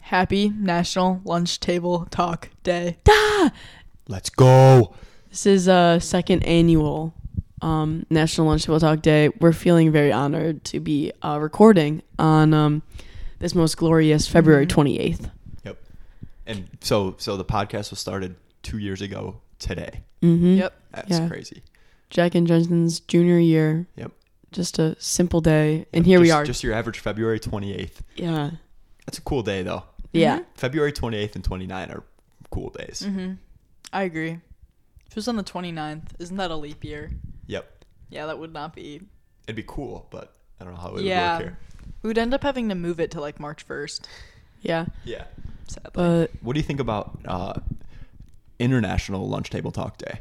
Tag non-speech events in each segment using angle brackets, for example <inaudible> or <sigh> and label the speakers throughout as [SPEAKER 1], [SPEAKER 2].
[SPEAKER 1] Happy National Lunch Table Talk Day.
[SPEAKER 2] Let's go.
[SPEAKER 3] This is a uh, second annual um, National Lunchable Talk Day. We're feeling very honored to be uh, recording on um, this most glorious February
[SPEAKER 1] Mm-hmm.
[SPEAKER 3] 28th.
[SPEAKER 2] Yep. And so so the podcast was started 2 years ago today.
[SPEAKER 3] Mm-hmm.
[SPEAKER 1] Yep.
[SPEAKER 2] That's
[SPEAKER 3] Yeah.
[SPEAKER 2] crazy.
[SPEAKER 3] Jack and Jensen's junior year.
[SPEAKER 2] Yep.
[SPEAKER 3] Just a simple day, and here we
[SPEAKER 2] Just-
[SPEAKER 3] are.
[SPEAKER 2] Just your average February 28th.
[SPEAKER 3] yeah.
[SPEAKER 1] Mm-hmm.
[SPEAKER 2] That's a cool day though.
[SPEAKER 3] Yeah.
[SPEAKER 2] February 28th and 29 are cool
[SPEAKER 3] Mm.
[SPEAKER 2] days.
[SPEAKER 1] Mm-hmm. I agree. If it was on the 29th, isn't that a leap year?
[SPEAKER 2] Yep.
[SPEAKER 1] Yeah, that would not be.
[SPEAKER 2] It'd be cool, but I don't know how it would
[SPEAKER 1] Yeah.
[SPEAKER 2] work here.
[SPEAKER 1] We would end up having to move it to like March 1st,
[SPEAKER 3] Yeah.
[SPEAKER 2] Yeah.
[SPEAKER 1] sadly.
[SPEAKER 3] But
[SPEAKER 2] What do you think about uh, International Lunch Table Talk Day?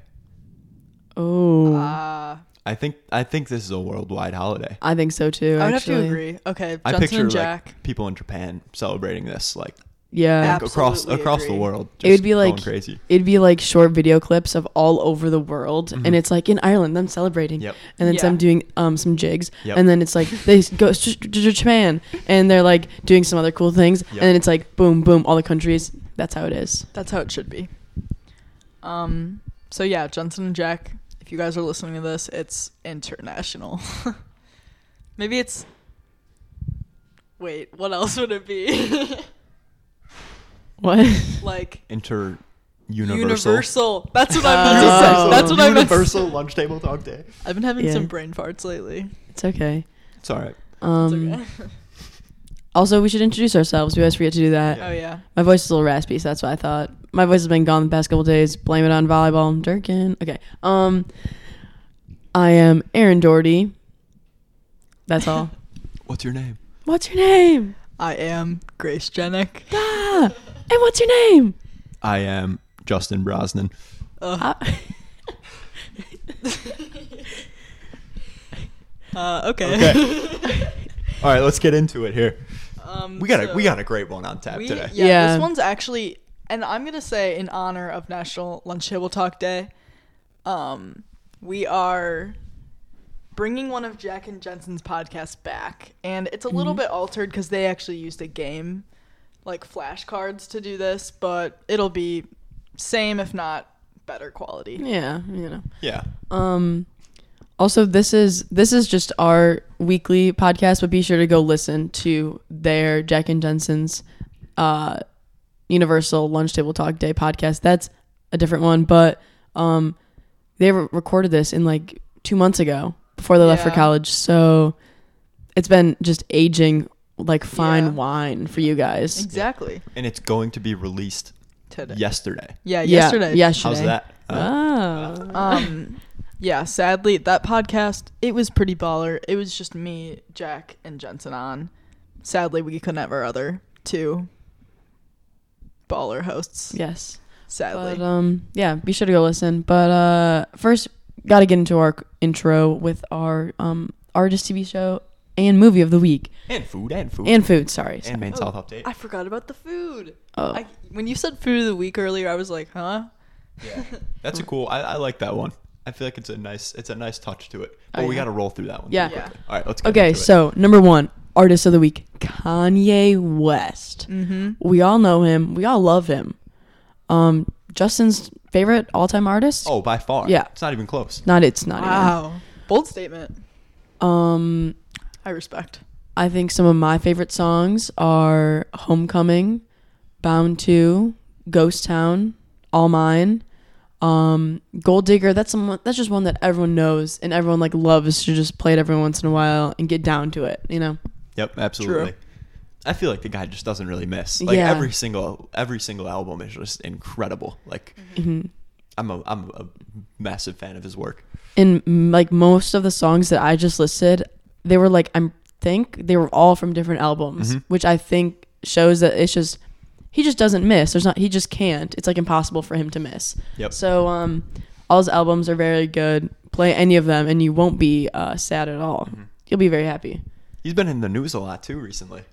[SPEAKER 3] oh,
[SPEAKER 1] uh,
[SPEAKER 2] I think I think this is a worldwide holiday.
[SPEAKER 3] I think so too.
[SPEAKER 1] I would
[SPEAKER 3] actually.
[SPEAKER 1] have to agree. Okay,
[SPEAKER 2] I
[SPEAKER 1] Johnson
[SPEAKER 2] picture
[SPEAKER 1] and Jack.
[SPEAKER 2] like people in Japan celebrating this like
[SPEAKER 3] Yeah.
[SPEAKER 1] Ab-
[SPEAKER 2] across
[SPEAKER 1] Absolutely
[SPEAKER 2] across
[SPEAKER 1] agree.
[SPEAKER 2] the world.
[SPEAKER 3] It would be
[SPEAKER 2] just
[SPEAKER 3] like
[SPEAKER 2] going crazy.
[SPEAKER 3] It'd be like short video clips of all over the world,
[SPEAKER 1] Mm-hmm.
[SPEAKER 3] and it's like in Ireland them celebrating,
[SPEAKER 2] Yep.
[SPEAKER 3] and then
[SPEAKER 1] Yeah.
[SPEAKER 3] some doing um some jigs,
[SPEAKER 2] Yep.
[SPEAKER 3] and then it's like they s- go to Japan and they're like doing some other cool things, and
[SPEAKER 2] Yep.
[SPEAKER 3] then it's like boom boom all the countries. That's how it is.
[SPEAKER 1] That's how it should be. Um. So yeah, Johnson and Jack. If you guys are listening to this, it's international. <laughs> Maybe it's. Wait, what else would it be? <laughs>
[SPEAKER 3] <laughs> What?
[SPEAKER 1] like
[SPEAKER 2] Inter
[SPEAKER 1] universal.
[SPEAKER 2] universal
[SPEAKER 1] That's what I meant to say.
[SPEAKER 3] Oh.
[SPEAKER 1] That's what I meant. To say.
[SPEAKER 2] Universal lunch table talk day.
[SPEAKER 1] I've been having
[SPEAKER 3] Yeah.
[SPEAKER 1] some brain farts lately.
[SPEAKER 3] it's okay.
[SPEAKER 2] It's all right.
[SPEAKER 1] It's
[SPEAKER 3] Um,
[SPEAKER 1] okay.
[SPEAKER 3] Also, we should introduce ourselves. We always forget to do that.
[SPEAKER 2] Yeah.
[SPEAKER 1] oh yeah.
[SPEAKER 3] My voice is a little raspy, so that's what I thought. My voice has been gone the past couple days. Blame it on volleyball. Durkin. Okay. Um, I am Aaron Doherty. That's all.
[SPEAKER 2] What's your name?
[SPEAKER 3] <laughs> what's your name?
[SPEAKER 1] I am Grace Jenick.
[SPEAKER 3] Ah, and what's your name?
[SPEAKER 2] I am Justin Brosnan.
[SPEAKER 1] Uh,
[SPEAKER 3] Ah.
[SPEAKER 1] <laughs> uh, okay.
[SPEAKER 2] All right, let's get into it here.
[SPEAKER 1] <laughs> um,
[SPEAKER 2] We got a
[SPEAKER 1] so-
[SPEAKER 2] we got a great one on tap
[SPEAKER 1] We-
[SPEAKER 2] today.
[SPEAKER 1] Yeah,
[SPEAKER 3] Yeah.
[SPEAKER 1] this one's actually, and I'm gonna say in honor of National Lunch Table Talk Day, um, we are bringing one of Jack and Jensen's podcasts back, and it's a little
[SPEAKER 3] Mm-hmm.
[SPEAKER 1] bit altered because they actually used a game, like flashcards, to do this, but it'll be same if not better quality.
[SPEAKER 3] <laughs> yeah, you know.
[SPEAKER 2] Yeah.
[SPEAKER 3] Um, also, this is this is just our weekly podcast, but be sure to go listen to their Jack and Jensen's uh, Universal Lunch Table Talk Day podcast. That's a different one, but um, they re- recorded this in like two months ago before they left for
[SPEAKER 1] Yeah.
[SPEAKER 3] college. So it's been just aging like fine
[SPEAKER 1] Yeah.
[SPEAKER 3] wine for you guys.
[SPEAKER 1] Exactly.
[SPEAKER 2] And it's going to be released
[SPEAKER 1] Today.
[SPEAKER 2] yesterday.
[SPEAKER 1] Yeah. Yesterday.
[SPEAKER 3] Yeah, yesterday.
[SPEAKER 2] How's that? Uh,
[SPEAKER 3] Oh.
[SPEAKER 1] Um, yeah, sadly, that podcast, it was pretty baller. It was just me, Jack, and Jensen on. Sadly, we couldn't have our other two baller hosts.
[SPEAKER 3] yes.
[SPEAKER 1] Sadly.
[SPEAKER 3] But um, yeah, be sure to go listen. But uh, first, got to get into our intro with our um artist TV show and movie of the week
[SPEAKER 2] and food and food
[SPEAKER 3] and Oh. food. Sorry,
[SPEAKER 2] and
[SPEAKER 3] sorry.
[SPEAKER 2] main south update.
[SPEAKER 1] I forgot about the food.
[SPEAKER 3] Oh.
[SPEAKER 1] I, when you said food of the week earlier, I was like, huh?
[SPEAKER 2] Yeah. That's a cool. I, I like that one. I feel like it's a nice it's a nice touch to it. But
[SPEAKER 3] Oh,
[SPEAKER 2] we
[SPEAKER 3] yeah.
[SPEAKER 2] got to roll through that one.
[SPEAKER 3] Yeah.
[SPEAKER 2] pretty quickly. All right, let's get
[SPEAKER 3] Okay,
[SPEAKER 2] into it.
[SPEAKER 3] so number one, artist of the week, Kanye West.
[SPEAKER 1] Mm-hmm.
[SPEAKER 3] We all know him. We all love him. Um, Justin's favorite all-time artist.
[SPEAKER 2] Oh, Ah. by far.
[SPEAKER 3] Yeah.
[SPEAKER 2] It's not even close.
[SPEAKER 3] Not it's not.
[SPEAKER 1] Wow. Bold statement.
[SPEAKER 3] Even. Um,
[SPEAKER 1] I respect.
[SPEAKER 3] I think some of my favorite songs are Homecoming, Bound to, Ghost Town, All Mine, um, Gold Digger. That's someone that's just one that everyone knows and everyone like loves to just play it every once in a while and get down to it, you know.
[SPEAKER 2] Yep, absolutely. I feel like the guy just doesn't really miss. Like
[SPEAKER 3] Yeah.
[SPEAKER 2] every single every single album is just incredible. Like
[SPEAKER 1] Mm-hmm.
[SPEAKER 3] Mm-hmm.
[SPEAKER 2] I'm a I'm a massive fan of his work.
[SPEAKER 3] And m- like most of the songs that I just listed, they were like I'm think they were all from different
[SPEAKER 2] Mm-hmm.
[SPEAKER 3] albums, which I think shows that it's just he just doesn't miss. There's not he just can't. It's like impossible for him to miss.
[SPEAKER 2] Yep.
[SPEAKER 3] So um, all his albums are very good. Play any of them, and you won't be uh, sad at all.
[SPEAKER 2] Mm-hmm.
[SPEAKER 3] You'll be very happy.
[SPEAKER 2] He's been in the news a lot too
[SPEAKER 1] <laughs>
[SPEAKER 2] recently.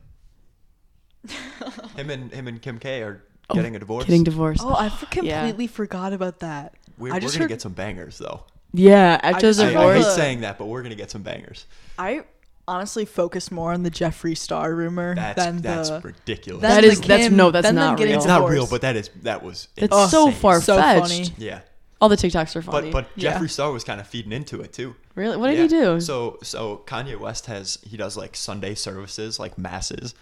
[SPEAKER 2] him and him and Kim K are getting a divorce.
[SPEAKER 3] Getting divorced.
[SPEAKER 1] Oh, I
[SPEAKER 3] Yeah.
[SPEAKER 1] completely forgot about that.
[SPEAKER 2] we're
[SPEAKER 1] I
[SPEAKER 2] we're
[SPEAKER 1] just
[SPEAKER 2] gonna
[SPEAKER 1] heard,
[SPEAKER 2] get some bangers though.
[SPEAKER 3] Yeah, after his
[SPEAKER 1] just-
[SPEAKER 2] I, I hate
[SPEAKER 3] divorce.
[SPEAKER 1] Divorce.
[SPEAKER 2] saying that, but we're gonna get some bangers.
[SPEAKER 1] I honestly focused more on the Jeffree Star rumor
[SPEAKER 2] That's
[SPEAKER 1] than
[SPEAKER 2] that's
[SPEAKER 1] the.
[SPEAKER 2] ridiculous.
[SPEAKER 1] than
[SPEAKER 3] That
[SPEAKER 1] the
[SPEAKER 3] is- that's- no, that's
[SPEAKER 1] than them
[SPEAKER 3] not
[SPEAKER 1] getting
[SPEAKER 3] real.
[SPEAKER 2] it's not real,
[SPEAKER 1] divorced.
[SPEAKER 2] but that is that was
[SPEAKER 3] That's
[SPEAKER 2] insane.
[SPEAKER 3] so far
[SPEAKER 1] So
[SPEAKER 3] fetched.
[SPEAKER 1] funny.
[SPEAKER 2] Yeah,
[SPEAKER 3] All the TikToks are funny.
[SPEAKER 2] Oh, but but
[SPEAKER 1] Yeah.
[SPEAKER 2] Jeffree Star was kind of feeding into it too.
[SPEAKER 3] really, what did he
[SPEAKER 2] Yeah.
[SPEAKER 3] do?
[SPEAKER 2] So so Kanye West has he does like Sunday services, like masses.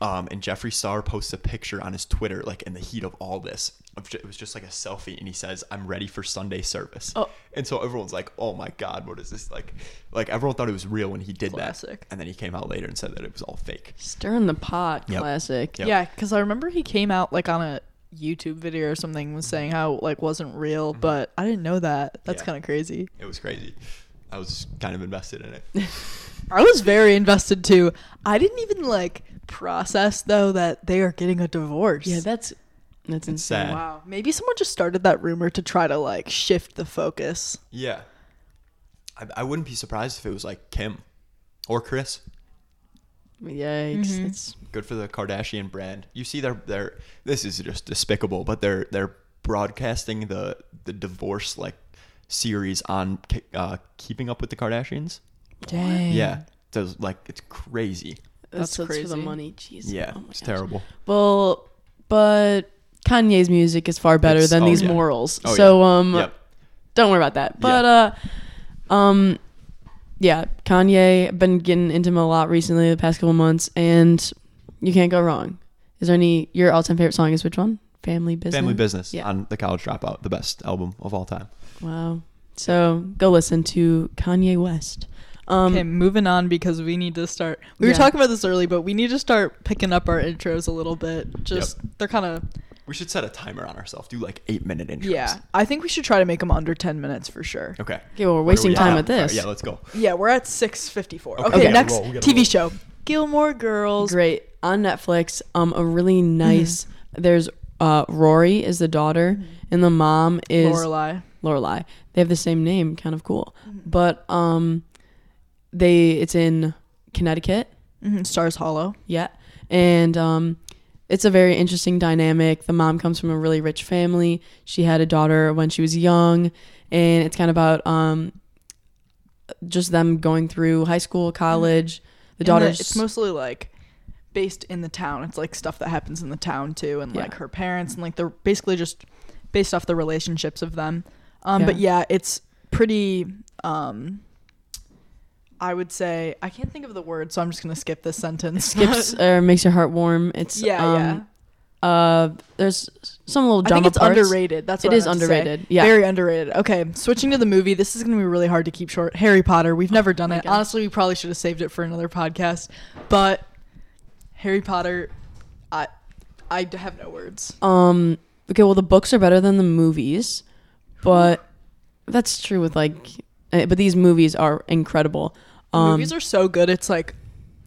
[SPEAKER 2] Um, and Jeffree Star posts a picture on his Twitter, like in the heat of all this. of ju- It was just like a selfie, and he says, "I'm ready for Sunday service."
[SPEAKER 3] Oh.
[SPEAKER 2] And so everyone's like, "Oh my God, what is this?" Like, like everyone thought it was real when he did
[SPEAKER 1] Classic.
[SPEAKER 2] that, and then he came out later and said that it was all fake.
[SPEAKER 3] Stirring the pot,
[SPEAKER 2] Yep.
[SPEAKER 3] classic.
[SPEAKER 2] Yep.
[SPEAKER 1] Yeah, because I remember he came out like on a YouTube video or something, was saying how like wasn't real, but I didn't know that. That's
[SPEAKER 2] Mm-hmm. Yeah.
[SPEAKER 1] kind of crazy.
[SPEAKER 2] It was crazy. I was kind of invested
[SPEAKER 3] <laughs>
[SPEAKER 2] in it.
[SPEAKER 1] I was very invested too. I didn't even like process though that they are getting a divorce.
[SPEAKER 3] Yeah, that's that's insane.
[SPEAKER 2] sad.
[SPEAKER 1] wow. Maybe someone just started that rumor to try to like shift the focus.
[SPEAKER 2] Yeah, I, I wouldn't be surprised if it was like Kim or Chris.
[SPEAKER 3] Yikes! It's
[SPEAKER 2] good for the Kardashian brand. You see, they're they're this is just despicable, but they're they're broadcasting the the divorce like series on K- uh, Keeping Up with the Kardashians.
[SPEAKER 3] dang.
[SPEAKER 2] Yeah, those like it's crazy.
[SPEAKER 1] That's
[SPEAKER 3] that's, that's for the
[SPEAKER 1] crazy.
[SPEAKER 3] money. Jeez.
[SPEAKER 2] Yeah,
[SPEAKER 3] Oh my
[SPEAKER 2] it's
[SPEAKER 3] gosh.
[SPEAKER 2] terrible.
[SPEAKER 3] Well, but Kanye's music is far better
[SPEAKER 2] It's-
[SPEAKER 3] than
[SPEAKER 2] oh,
[SPEAKER 3] these
[SPEAKER 2] yeah.
[SPEAKER 3] morals.
[SPEAKER 2] Oh,
[SPEAKER 3] so
[SPEAKER 2] yeah.
[SPEAKER 3] um,
[SPEAKER 2] Yep.
[SPEAKER 3] don't worry about that. But uh, um, yeah, Kanye been getting into him a lot recently the past couple months, and you can't go wrong. Is there any your all time favorite song? Is which one? Family business.
[SPEAKER 2] Family Business
[SPEAKER 3] Yeah.
[SPEAKER 2] on the College Dropout, the best album of all time.
[SPEAKER 3] Wow. So go listen to Kanye West. Um,
[SPEAKER 1] Okay, moving on because we need to start. We
[SPEAKER 3] Yeah.
[SPEAKER 1] were talking about this early, but we need to start picking up our intros a little bit. Just they're kind of
[SPEAKER 2] We should set a timer on ourselves. Do like eight minute intros.
[SPEAKER 1] yeah. I think we should try to make them under ten minutes for sure.
[SPEAKER 2] Okay.
[SPEAKER 3] Okay, well, we're
[SPEAKER 2] What are
[SPEAKER 3] wasting
[SPEAKER 2] we
[SPEAKER 3] time
[SPEAKER 2] at?
[SPEAKER 3] with this.
[SPEAKER 2] Oh, Yeah, let's go.
[SPEAKER 1] Yeah, we're at six fifty four.
[SPEAKER 2] Okay,
[SPEAKER 1] Okay,
[SPEAKER 2] we gotta
[SPEAKER 1] next
[SPEAKER 2] roll, we gotta
[SPEAKER 1] TV
[SPEAKER 2] roll.
[SPEAKER 1] show, Gilmore Girls.
[SPEAKER 3] great on Netflix. Um, a really nice.
[SPEAKER 1] Mm-hmm.
[SPEAKER 3] There's uh, Rory is the daughter, and the mom is
[SPEAKER 1] Lorelai. Mm-hmm.
[SPEAKER 3] Lorelai. They have the same name, kind of cool. But um, they it's in Connecticut,
[SPEAKER 1] Mhm, Stars Hollow.
[SPEAKER 3] yeah, and um, it's a very interesting dynamic. The mom comes from a really rich family. She had a daughter when she was young, and it's kind of about um, just them going through high school, college. The
[SPEAKER 1] Mm-hmm. And
[SPEAKER 3] daughter's
[SPEAKER 1] It's mostly like based in the town. It's like stuff that happens in the town too, and
[SPEAKER 3] Yeah.
[SPEAKER 1] like her parents, and like they're basically just based off the relationships of them. Um,
[SPEAKER 3] Yeah.
[SPEAKER 1] But yeah, it's pretty. Um, I would say I can't think of the word, so I'm just gonna skip this sentence. <laughs>
[SPEAKER 3] skips or makes your heart warm. It's
[SPEAKER 1] yeah,
[SPEAKER 3] um,
[SPEAKER 1] yeah.
[SPEAKER 3] Uh, there's some little
[SPEAKER 1] I think
[SPEAKER 3] drama
[SPEAKER 1] it's
[SPEAKER 3] parts.
[SPEAKER 1] underrated. That's what
[SPEAKER 3] It
[SPEAKER 1] I
[SPEAKER 3] is
[SPEAKER 1] meant to say.
[SPEAKER 3] underrated, yeah.
[SPEAKER 1] very underrated. Okay, switching to the movie. This is going to be really hard to keep short. Harry Potter. We've never done
[SPEAKER 3] my
[SPEAKER 1] it.
[SPEAKER 3] God.
[SPEAKER 1] Honestly, we probably should have saved it for another podcast. But Harry Potter, I, I d- have no words.
[SPEAKER 3] Um, okay, well the books are better than the movies, but that's true with like, eh, but these movies are incredible. Um,
[SPEAKER 1] movies are so good. It's like,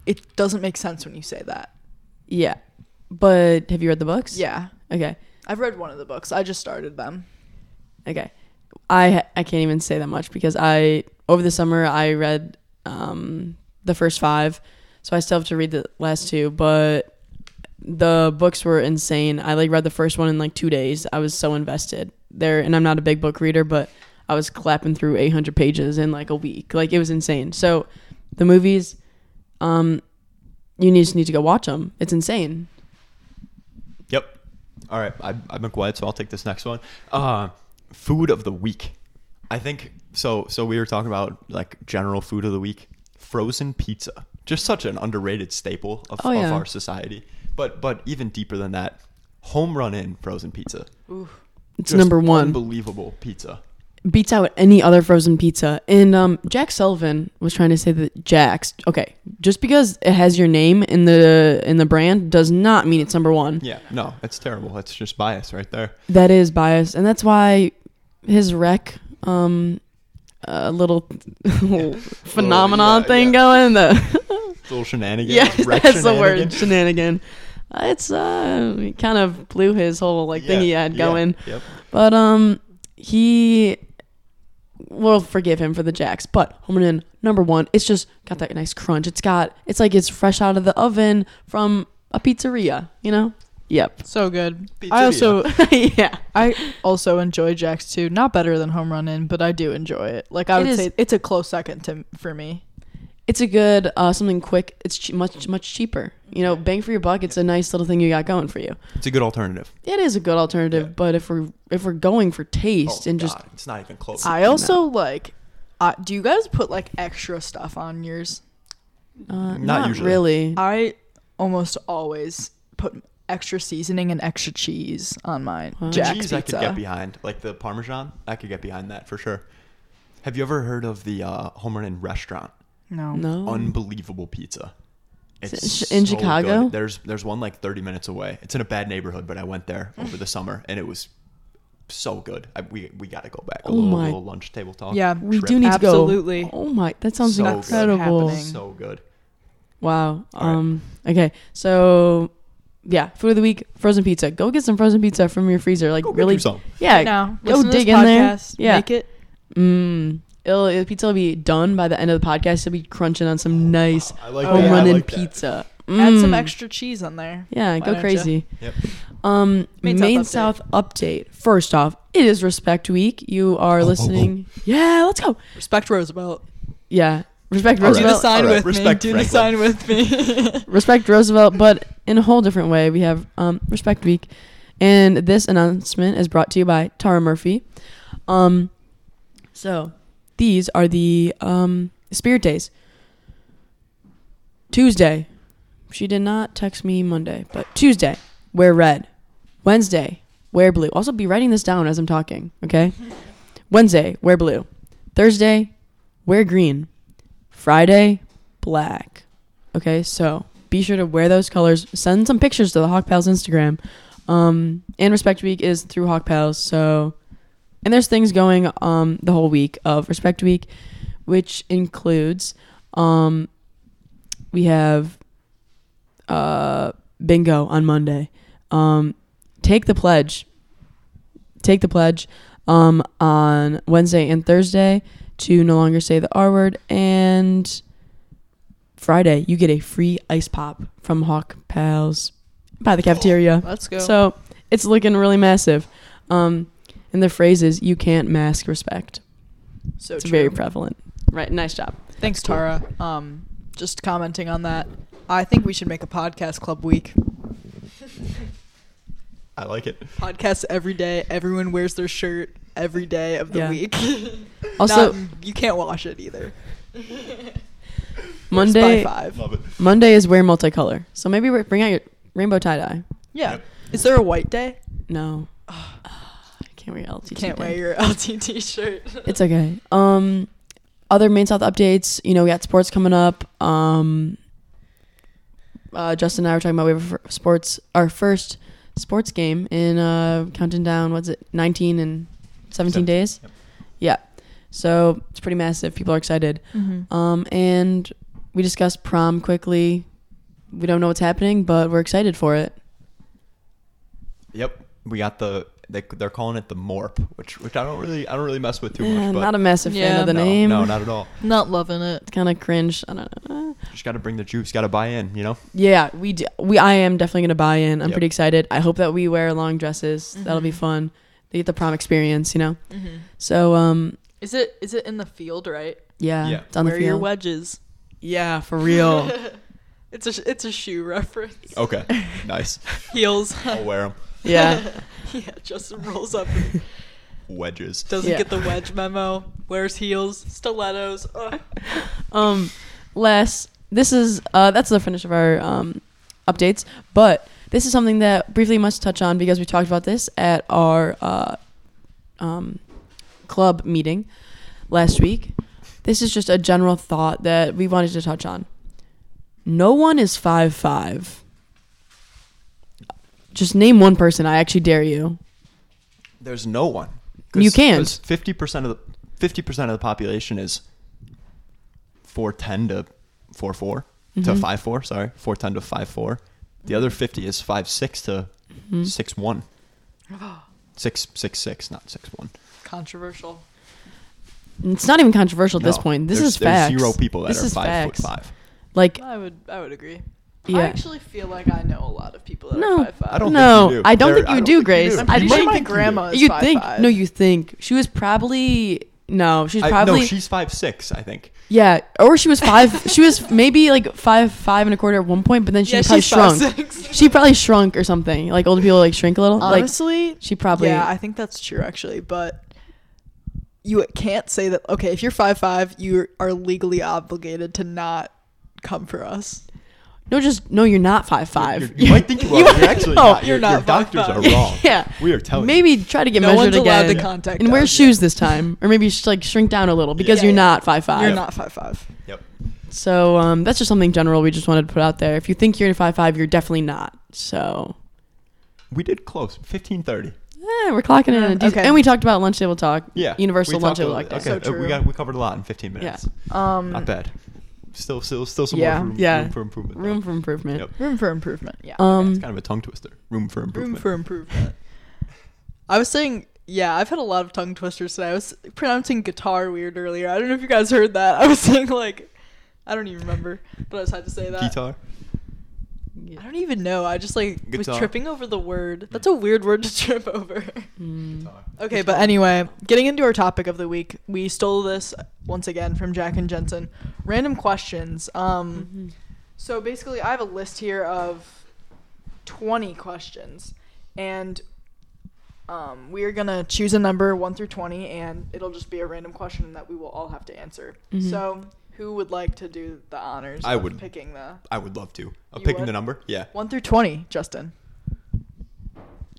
[SPEAKER 1] it doesn't make sense when you say that.
[SPEAKER 3] yeah, but have you read the books?
[SPEAKER 1] Yeah,
[SPEAKER 3] Okay.
[SPEAKER 1] I've read one of the books. I just started them.
[SPEAKER 3] Okay. I I can't even say that much because I over the summer I read um the first five, so I still have to read the last two, but the books were insane. I like read the first one in like two days. I was so invested there, and I'm not a big book reader, but I was clapping through 800 pages in like a week. Like it was insane. So the movies, um, you need- just need to go watch them. It's insane.
[SPEAKER 2] Yep. All right. I, I've been quiet, so I'll take this next one. Uh, food of the week. I think so. So we were talking about like general food of the week. Frozen pizza, just such an underrated staple of,
[SPEAKER 3] Oh, yeah.
[SPEAKER 2] of our society. But but even deeper than that, home run in frozen pizza.
[SPEAKER 3] It's
[SPEAKER 2] Just
[SPEAKER 3] number one.
[SPEAKER 2] Unbelievable pizza.
[SPEAKER 3] beats out any other frozen pizza. And um, Jack Sullivan was trying to say that Jack's okay, just because it has your name in the in the brand does not mean it's number one.
[SPEAKER 2] Yeah. No, it's terrible. That's just bias right there.
[SPEAKER 3] That is biased, and that's why his rec um uh,
[SPEAKER 2] <laughs>
[SPEAKER 3] little <laughs> phenomenon
[SPEAKER 2] Oh, yeah,
[SPEAKER 3] thing
[SPEAKER 2] yeah.
[SPEAKER 3] going
[SPEAKER 2] <laughs>
[SPEAKER 3] the
[SPEAKER 2] Little
[SPEAKER 3] <laughs>
[SPEAKER 2] shenanigans.
[SPEAKER 3] yes
[SPEAKER 2] wreck
[SPEAKER 3] that's the word shenanigan.
[SPEAKER 2] shenanigan.
[SPEAKER 3] Uh, It's uh it kind of blew his whole like thing he
[SPEAKER 2] Yeah,
[SPEAKER 3] had
[SPEAKER 2] yeah,
[SPEAKER 3] going.
[SPEAKER 2] Yep.
[SPEAKER 3] But um, he will forgive him for the jacks. But Homerton number one, it's just got that nice crunch. It's got it's like it's fresh out of the oven from a pizzeria. You know? Yep. <laughs>
[SPEAKER 1] So good.
[SPEAKER 2] Pizzeria.
[SPEAKER 1] I also <laughs>
[SPEAKER 3] yeah.
[SPEAKER 1] I also enjoy Jack's too. Not better than Home Run In, but I do enjoy it. Like I
[SPEAKER 3] It
[SPEAKER 1] would
[SPEAKER 3] is-
[SPEAKER 1] say it's a close second to for me.
[SPEAKER 3] it's a good uh, something quick. It's che- much much cheaper. You know, bang for your buck. It's a nice little thing you got going for you.
[SPEAKER 2] It's a good alternative.
[SPEAKER 3] It is a good alternative, but if we're if we're going for taste and just
[SPEAKER 2] Oh, God, it's not even close.
[SPEAKER 1] I also like. I do you guys put like extra stuff on yours?
[SPEAKER 3] uh, not,
[SPEAKER 2] usually.
[SPEAKER 3] really.
[SPEAKER 1] I almost always put extra seasoning and extra cheese on my
[SPEAKER 3] Wow.
[SPEAKER 1] Jack's
[SPEAKER 2] cheese
[SPEAKER 1] pizza.
[SPEAKER 2] I could get behind, like the Parmesan. I could get behind that for sure. Have you ever heard of the uh, Home Run and Restaurant?
[SPEAKER 1] No.
[SPEAKER 3] No.
[SPEAKER 2] Unbelievable pizza.
[SPEAKER 3] Mm. Is it in Chicago?
[SPEAKER 2] good. There's there's one like 30 minutes away. It's in a bad neighborhood, but I went
[SPEAKER 3] <sighs>
[SPEAKER 2] there over the summer and it was so good. I, we we got to go back. A
[SPEAKER 3] Oh
[SPEAKER 2] little,
[SPEAKER 3] my-
[SPEAKER 2] little lunch table talk.
[SPEAKER 1] Yeah.
[SPEAKER 3] we
[SPEAKER 2] trip.
[SPEAKER 3] do need
[SPEAKER 1] Absolutely.
[SPEAKER 3] to go. Oh my, that sounds
[SPEAKER 2] So good.
[SPEAKER 3] incredible.
[SPEAKER 1] Happening.
[SPEAKER 2] So good.
[SPEAKER 3] Wow.
[SPEAKER 2] All right.
[SPEAKER 3] Um. Okay. So, yeah, food of the week: frozen pizza. Go get some frozen pizza from your freezer. Like
[SPEAKER 2] Go get
[SPEAKER 3] really.
[SPEAKER 2] you some.
[SPEAKER 3] Yeah.
[SPEAKER 1] Now
[SPEAKER 3] go
[SPEAKER 1] listen to
[SPEAKER 3] dig
[SPEAKER 1] this
[SPEAKER 3] in there.
[SPEAKER 1] podcast,
[SPEAKER 3] Yeah.
[SPEAKER 1] Make it.
[SPEAKER 3] Mm. It'll, the pizza will be done by the end of the podcast. It'll be crunching on some nice
[SPEAKER 2] I like
[SPEAKER 1] Oh,
[SPEAKER 3] home
[SPEAKER 1] yeah, I
[SPEAKER 3] running
[SPEAKER 2] like that.
[SPEAKER 3] pizza.
[SPEAKER 1] Add some
[SPEAKER 3] Mm.
[SPEAKER 1] extra cheese on there.
[SPEAKER 3] Yeah,
[SPEAKER 1] Why
[SPEAKER 3] go
[SPEAKER 1] don't
[SPEAKER 3] crazy.
[SPEAKER 2] Yep.
[SPEAKER 3] Um,
[SPEAKER 1] Main
[SPEAKER 3] main,
[SPEAKER 1] South
[SPEAKER 3] South, update. First off, it is Respect Week. You are
[SPEAKER 2] Oh,
[SPEAKER 3] listening. Yeah, let's go.
[SPEAKER 1] Respect Roosevelt.
[SPEAKER 3] Yeah, Respect
[SPEAKER 2] All right.
[SPEAKER 1] Do the
[SPEAKER 3] Roosevelt.
[SPEAKER 1] sign
[SPEAKER 2] all
[SPEAKER 1] with
[SPEAKER 2] right, respect
[SPEAKER 1] me. Do the sign
[SPEAKER 2] Franklin.
[SPEAKER 1] with
[SPEAKER 3] <laughs>
[SPEAKER 1] me.
[SPEAKER 3] Respect Roosevelt, but in a whole different way. We have um, Respect Week, and this announcement is brought to you by Tara Murphy. Um, so these are the um, Spirit Days. Tuesday, she did not text me Monday, but Tuesday, wear red. Wednesday, wear blue. Also, be writing this down as I'm talking. Okay. <laughs> Wednesday, wear blue. Thursday, wear green. Friday, black. Okay, so be sure to wear those colors. Send some pictures to the Hawk Pals Instagram. Um, and Respect Week is through Hawk Pals, so and there's things going um the whole week of Respect Week, which includes um we have uh bingo on Monday. Um take the pledge. Take the pledge um on Wednesday and Thursday to no longer say the R word and Friday, you get a free ice pop from Hawk Pals by the cafeteria.
[SPEAKER 1] Let's go.
[SPEAKER 3] So it's looking really massive. Um, and the phrase is "you can't mask respect."
[SPEAKER 1] so
[SPEAKER 3] It's
[SPEAKER 1] true.
[SPEAKER 3] very prevalent. Right. Nice job.
[SPEAKER 1] Thanks, Tara. Um, just commenting on that. I think we should make a podcast club week.
[SPEAKER 2] I like it.
[SPEAKER 1] Podcasts every day. Everyone wears their shirt every day of the
[SPEAKER 3] Yeah.
[SPEAKER 1] week. <laughs>
[SPEAKER 3] Also,
[SPEAKER 1] Not- you can't wash it either.
[SPEAKER 3] Monday
[SPEAKER 1] By five.
[SPEAKER 2] Love it.
[SPEAKER 3] Monday is wear multicolor. So maybe we're- bring out your rainbow tie dye.
[SPEAKER 1] Yeah.
[SPEAKER 2] Yep.
[SPEAKER 1] Is there a white day?
[SPEAKER 3] No, I can't wear LTT.
[SPEAKER 1] You can't
[SPEAKER 3] dye.
[SPEAKER 1] wear your <laughs> LTT shirt.
[SPEAKER 3] It's okay. Um, other main South updates. You know, we got sports coming up. Um, uh, Justin and I were talking about we have a fir- sports our first sports game in uh, counting down. What's it? Nineteen and seventeen
[SPEAKER 2] Seventeen,
[SPEAKER 3] days.
[SPEAKER 2] yep.
[SPEAKER 3] Yeah. So it's pretty massive. People are excited. Um, and we discussed prom quickly. We don't know what's happening, but we're excited for it.
[SPEAKER 2] Yep. We got the they, they're calling it the Morp, which which I don't really I don't really mess with too much.
[SPEAKER 3] Eh, <laughs>
[SPEAKER 2] but
[SPEAKER 3] not a massive fan
[SPEAKER 1] Yeah.
[SPEAKER 3] of the
[SPEAKER 2] no,
[SPEAKER 3] name.
[SPEAKER 2] No, not at all.
[SPEAKER 1] Not loving it.
[SPEAKER 3] Kind of cringe. I don't know.
[SPEAKER 2] Just got to bring the juice. Got to buy in. You know.
[SPEAKER 3] Yeah, we do. we I am definitely gonna buy in. I'm
[SPEAKER 2] Yep.
[SPEAKER 3] pretty excited. I hope that we wear long dresses. That'll
[SPEAKER 1] Mm-hmm.
[SPEAKER 3] be fun. They get the prom experience, you know. So um,
[SPEAKER 1] Is it is it in the field, right?
[SPEAKER 3] yeah,
[SPEAKER 2] Yeah.
[SPEAKER 3] it's on
[SPEAKER 1] wear
[SPEAKER 3] the
[SPEAKER 1] your
[SPEAKER 3] field.
[SPEAKER 1] wedges.
[SPEAKER 3] yeah, for real.
[SPEAKER 1] <laughs> It's a sh- it's a shoe
[SPEAKER 3] <laughs>
[SPEAKER 1] reference.
[SPEAKER 2] Okay. <laughs> nice.
[SPEAKER 1] Heels.
[SPEAKER 2] I'll wear them.
[SPEAKER 3] yeah,
[SPEAKER 1] <laughs> yeah, Justin rolls up and
[SPEAKER 2] Wedges.
[SPEAKER 1] doesn't
[SPEAKER 3] Yeah.
[SPEAKER 1] get the wedge memo. Wears heels, stilettos. Ugh.
[SPEAKER 3] um, Les, this is uh, that's the finish of our um updates, but this is something that briefly must touch on because we talked about this at our uh, um, club meeting last week. This is just a general thought that we wanted to touch on. No one is five five. Just name one person. I actually dare you.
[SPEAKER 2] There's no one.
[SPEAKER 3] You can't.
[SPEAKER 2] Fifty percent of the fifty percent of the population is four ten to four
[SPEAKER 3] Mm-hmm.
[SPEAKER 2] to five four. Sorry, four ten to five four. The other fifty is five six to
[SPEAKER 3] Mm-hmm. <gasps>
[SPEAKER 2] six one. Six six six, not six one.
[SPEAKER 1] Controversial.
[SPEAKER 3] It's not even controversial at this
[SPEAKER 2] No,
[SPEAKER 3] point. This
[SPEAKER 2] there's-
[SPEAKER 3] is facts.
[SPEAKER 2] There's zero people that
[SPEAKER 3] This
[SPEAKER 2] are
[SPEAKER 3] is
[SPEAKER 2] five
[SPEAKER 3] facts.
[SPEAKER 2] foot five.
[SPEAKER 3] Like
[SPEAKER 1] I would I would agree.
[SPEAKER 3] yeah.
[SPEAKER 1] I actually feel like I know a lot of people that
[SPEAKER 3] No.
[SPEAKER 1] are five five.
[SPEAKER 2] I don't
[SPEAKER 3] no,
[SPEAKER 2] think you do.
[SPEAKER 3] I don't
[SPEAKER 2] There-
[SPEAKER 3] think
[SPEAKER 2] I
[SPEAKER 3] you
[SPEAKER 2] don't
[SPEAKER 3] do,
[SPEAKER 2] think you
[SPEAKER 3] Grace.
[SPEAKER 2] do.
[SPEAKER 1] I'm pretty
[SPEAKER 3] I
[SPEAKER 2] You
[SPEAKER 1] sure
[SPEAKER 2] think
[SPEAKER 1] my
[SPEAKER 2] you do.
[SPEAKER 1] grandma is
[SPEAKER 3] you
[SPEAKER 1] five
[SPEAKER 3] think
[SPEAKER 1] five.
[SPEAKER 3] no you think she was probably no she's
[SPEAKER 2] I-
[SPEAKER 3] probably
[SPEAKER 2] no, she's five six, I think.
[SPEAKER 3] Yeah, or she was five. <laughs> she was maybe like five, five and a quarter at one point, but then she
[SPEAKER 1] Yeah,
[SPEAKER 3] probably
[SPEAKER 1] she's five,
[SPEAKER 3] shrunk.
[SPEAKER 1] six.
[SPEAKER 3] She probably shrunk or something. Like older people like shrink a little.
[SPEAKER 1] Honestly,
[SPEAKER 3] like she probably.
[SPEAKER 1] yeah, I think that's true actually, but you can't say that. Okay, if you're five five, you are legally obligated to not come for us.
[SPEAKER 3] no, just no. You're not five five.
[SPEAKER 2] You're- you might think you are. but You're actually
[SPEAKER 3] no,
[SPEAKER 2] not. Your-
[SPEAKER 1] you're not
[SPEAKER 2] Your doctors are
[SPEAKER 1] fucked up.
[SPEAKER 2] wrong.
[SPEAKER 3] <laughs> Yeah.
[SPEAKER 2] We are telling. you.
[SPEAKER 3] Maybe try to get
[SPEAKER 1] No
[SPEAKER 3] measured
[SPEAKER 1] one's allowed
[SPEAKER 3] again.
[SPEAKER 1] to contact
[SPEAKER 3] and wear
[SPEAKER 1] us.
[SPEAKER 3] shoes this time, or maybe you should like shrink down a little because
[SPEAKER 1] Yeah,
[SPEAKER 3] you're
[SPEAKER 1] yeah.
[SPEAKER 3] not five five.
[SPEAKER 1] You're not five five.
[SPEAKER 2] Yep.
[SPEAKER 3] So um, that's just something general we just wanted to put out there. If you think you're five five, you're definitely not. So
[SPEAKER 2] We did close. Fifteen thirty.
[SPEAKER 3] eh, we're clocking in.
[SPEAKER 1] Yeah,
[SPEAKER 3] a decent-
[SPEAKER 1] okay.
[SPEAKER 3] And we talked about lunch table talk.
[SPEAKER 2] Yeah.
[SPEAKER 3] Universal
[SPEAKER 2] we
[SPEAKER 3] lunch
[SPEAKER 2] talked a
[SPEAKER 3] table
[SPEAKER 2] little-
[SPEAKER 3] talk.
[SPEAKER 2] Okay.
[SPEAKER 3] day.
[SPEAKER 1] So
[SPEAKER 2] uh,
[SPEAKER 1] true.
[SPEAKER 2] we got we covered a lot in fifteen minutes.
[SPEAKER 1] Um,
[SPEAKER 2] Not bad. Still, still, still some
[SPEAKER 1] Yeah.
[SPEAKER 2] more room,
[SPEAKER 3] Yeah.
[SPEAKER 2] room for improvement. though.
[SPEAKER 3] Room for improvement.
[SPEAKER 2] Yep.
[SPEAKER 1] room for improvement. Yeah.
[SPEAKER 3] Um,
[SPEAKER 2] It's kind of a tongue twister. Room for
[SPEAKER 1] room
[SPEAKER 2] improvement.
[SPEAKER 1] for improvement. I was saying, yeah, I've had a lot of tongue twisters today. I was pronouncing guitar weird earlier. I don't know if you guys heard that. <laughs> I was saying like, I don't even remember, but I just had to say that.
[SPEAKER 2] Guitar.
[SPEAKER 1] I don't even know. I just like
[SPEAKER 2] Guitar.
[SPEAKER 1] was tripping over the word. That's a weird word to <laughs> trip over.
[SPEAKER 3] Mm.
[SPEAKER 2] Guitar.
[SPEAKER 1] okay, but anyway, getting into our topic of the week, we stole this once again from Jack and Jensen. Random questions. Um.
[SPEAKER 3] Mm-hmm.
[SPEAKER 1] So basically, I have a list here of 20 questions, and um, we are going to choose a number 1 through 20, and it'll just be a random question that we will all have to answer.
[SPEAKER 3] Mhm.
[SPEAKER 1] So, who would like to do the honors
[SPEAKER 2] I
[SPEAKER 1] of
[SPEAKER 2] would.
[SPEAKER 1] picking the
[SPEAKER 2] I would love to. I'm
[SPEAKER 1] You
[SPEAKER 2] picking
[SPEAKER 1] would?
[SPEAKER 2] the number. Yeah.
[SPEAKER 1] 1 through 20, Justin?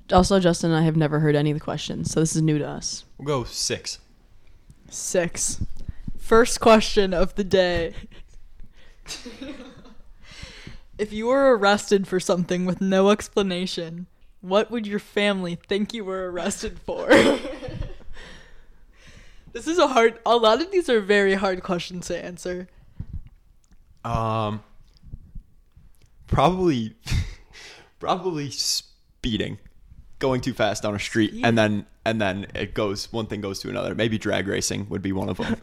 [SPEAKER 3] Also, Justin and I have never heard any of the questions, so this is new to us.
[SPEAKER 2] We'll go six.
[SPEAKER 1] 6. First question of the <laughs> day. if you were arrested for something with no explanation, what would your family think you were arrested <laughs> for? this is a hard a lot of these are very hard questions to answer.
[SPEAKER 2] Um. Probably, <laughs> probably speeding, going too fast down a street, and then and then it goes one thing goes to another. Maybe drag racing would be one
[SPEAKER 1] <laughs>
[SPEAKER 2] of them.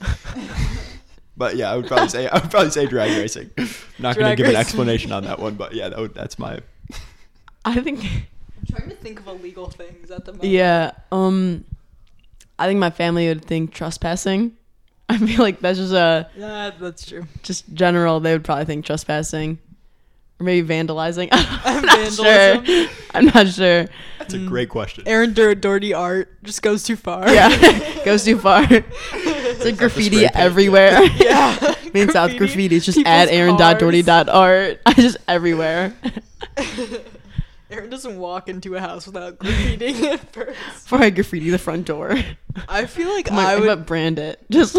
[SPEAKER 2] but yeah, I would probably say I would probably say drag
[SPEAKER 1] <laughs>
[SPEAKER 2] racing. not going to
[SPEAKER 1] Drag
[SPEAKER 2] give
[SPEAKER 1] racing.
[SPEAKER 2] an explanation on that one, but yeah, that would, that's my.
[SPEAKER 3] I think,
[SPEAKER 1] I'm trying to think of illegal things at the moment.
[SPEAKER 3] <laughs> yeah, um, I think my family would think trespassing. I feel like that's just a
[SPEAKER 1] Yeah, that's true.
[SPEAKER 3] just general. They would probably think trespassing, or maybe vandalizing. <laughs> I'm not
[SPEAKER 1] Vandalism.
[SPEAKER 3] sure. I'm not sure.
[SPEAKER 2] That's a
[SPEAKER 1] Mm.
[SPEAKER 2] great question.
[SPEAKER 1] Aaron Dur- Dirty Art just goes too far.
[SPEAKER 3] Yeah, <laughs> goes too far. It's like graffiti
[SPEAKER 2] paint. <laughs>
[SPEAKER 3] everywhere. <laughs>
[SPEAKER 1] yeah.
[SPEAKER 3] Me and South graffiti. It's just
[SPEAKER 1] people's
[SPEAKER 3] at Aaron dot
[SPEAKER 1] cars.
[SPEAKER 3] Doherty dot art. <laughs> I just everywhere.
[SPEAKER 1] <laughs> Aaron doesn't walk into a house without <laughs> graffitiing it first.
[SPEAKER 3] Before I graffiti the front <laughs> door.
[SPEAKER 1] I feel like
[SPEAKER 3] Mark,
[SPEAKER 1] I
[SPEAKER 3] I
[SPEAKER 1] would.
[SPEAKER 3] would brand it. <laughs> Just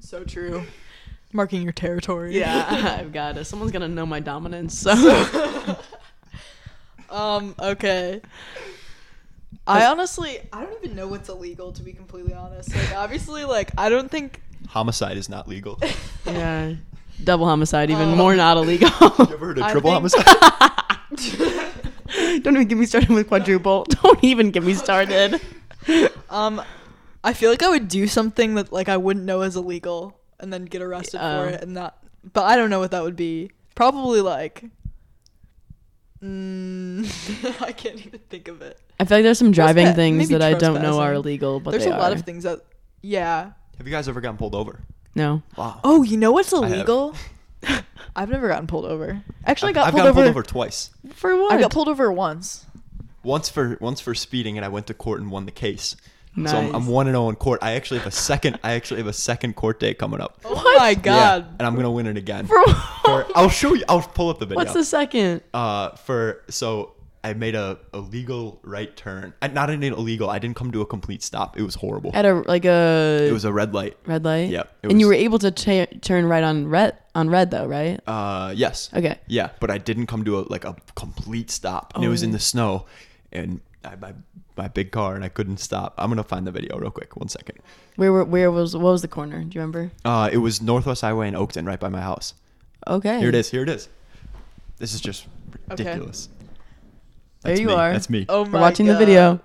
[SPEAKER 1] So true. Marking your territory.
[SPEAKER 3] <laughs> yeah, I've got it. Someone's gonna know my dominance. So
[SPEAKER 1] <laughs> um. Okay. I honestly, I don't even know what's illegal to be completely honest. <laughs> Like, obviously, like I don't think.
[SPEAKER 2] Homicide is
[SPEAKER 1] <laughs>
[SPEAKER 2] not legal. you
[SPEAKER 3] <laughs> yeah, <laughs> Oh. double homicide, even
[SPEAKER 1] Um,
[SPEAKER 3] more not illegal. <laughs>
[SPEAKER 2] ever heard of
[SPEAKER 1] I
[SPEAKER 2] triple
[SPEAKER 1] think-
[SPEAKER 2] homicide? <laughs>
[SPEAKER 3] Don't even get me started with quadruple. <laughs> Don't even get me started.
[SPEAKER 1] Um, I feel like I would do something that like I wouldn't know is illegal, and then get arrested
[SPEAKER 3] Oh.
[SPEAKER 1] for it, and not. But I don't know what that would be. Probably like. Mm, <laughs> I can't even think of it.
[SPEAKER 3] I feel like there's some driving
[SPEAKER 1] Trespa-
[SPEAKER 3] things
[SPEAKER 1] maybe
[SPEAKER 3] that I don't know are
[SPEAKER 1] trespassing.
[SPEAKER 3] illegal, but
[SPEAKER 1] There's
[SPEAKER 3] they
[SPEAKER 1] a lot
[SPEAKER 3] are.
[SPEAKER 1] of things that. Yeah.
[SPEAKER 2] Have you guys ever gotten pulled over?
[SPEAKER 3] No.
[SPEAKER 2] Wow.
[SPEAKER 1] Oh, you know what's
[SPEAKER 2] have.
[SPEAKER 1] illegal? I've never gotten pulled over. Actually, I got
[SPEAKER 2] I've
[SPEAKER 1] pulled,
[SPEAKER 2] gotten
[SPEAKER 1] over,
[SPEAKER 2] pulled over twice.
[SPEAKER 3] For what?
[SPEAKER 1] I got pulled over once.
[SPEAKER 2] Once for once for speeding, and I went to court and won the case. So I'm- I'm
[SPEAKER 3] Nice.
[SPEAKER 2] one and zero in court. I actually have a second. I actually have a second court date coming up.
[SPEAKER 1] Oh
[SPEAKER 3] What?
[SPEAKER 1] my
[SPEAKER 3] Yeah.
[SPEAKER 1] god.
[SPEAKER 2] Yeah, and I'm gonna win it again.
[SPEAKER 3] For
[SPEAKER 2] For-
[SPEAKER 3] what?
[SPEAKER 2] I'll show you. I'll pull up the video.
[SPEAKER 3] What's the second?
[SPEAKER 2] Uh, for so I made a illegal right turn. Uh, Not an illegal. I didn't come to a complete stop. It was horrible.
[SPEAKER 3] At a like a.
[SPEAKER 2] It was a red light.
[SPEAKER 3] red light.
[SPEAKER 2] Yep, it
[SPEAKER 3] And you
[SPEAKER 2] was-
[SPEAKER 3] were able to ta turn right on red on red though, right?
[SPEAKER 2] Uh, yes.
[SPEAKER 3] Okay.
[SPEAKER 2] Yeah, but I didn't come to a like a complete stop, and it
[SPEAKER 3] Oh.
[SPEAKER 2] was in the snow, and I had my my big car, and I couldn't stop. I'm gonna find the video real quick. One second.
[SPEAKER 3] Where were where was what was the corner? Do you remember?
[SPEAKER 2] Uh, it was Northwest Highway in Oakton, right by my house.
[SPEAKER 3] Okay.
[SPEAKER 2] Here it is. Here it is. This is just ridiculous.
[SPEAKER 3] There
[SPEAKER 2] That's
[SPEAKER 3] you
[SPEAKER 2] me.
[SPEAKER 3] are.
[SPEAKER 2] That's me.
[SPEAKER 1] <laughs> Oh
[SPEAKER 3] We're
[SPEAKER 1] my
[SPEAKER 3] watching
[SPEAKER 1] god.
[SPEAKER 3] the video.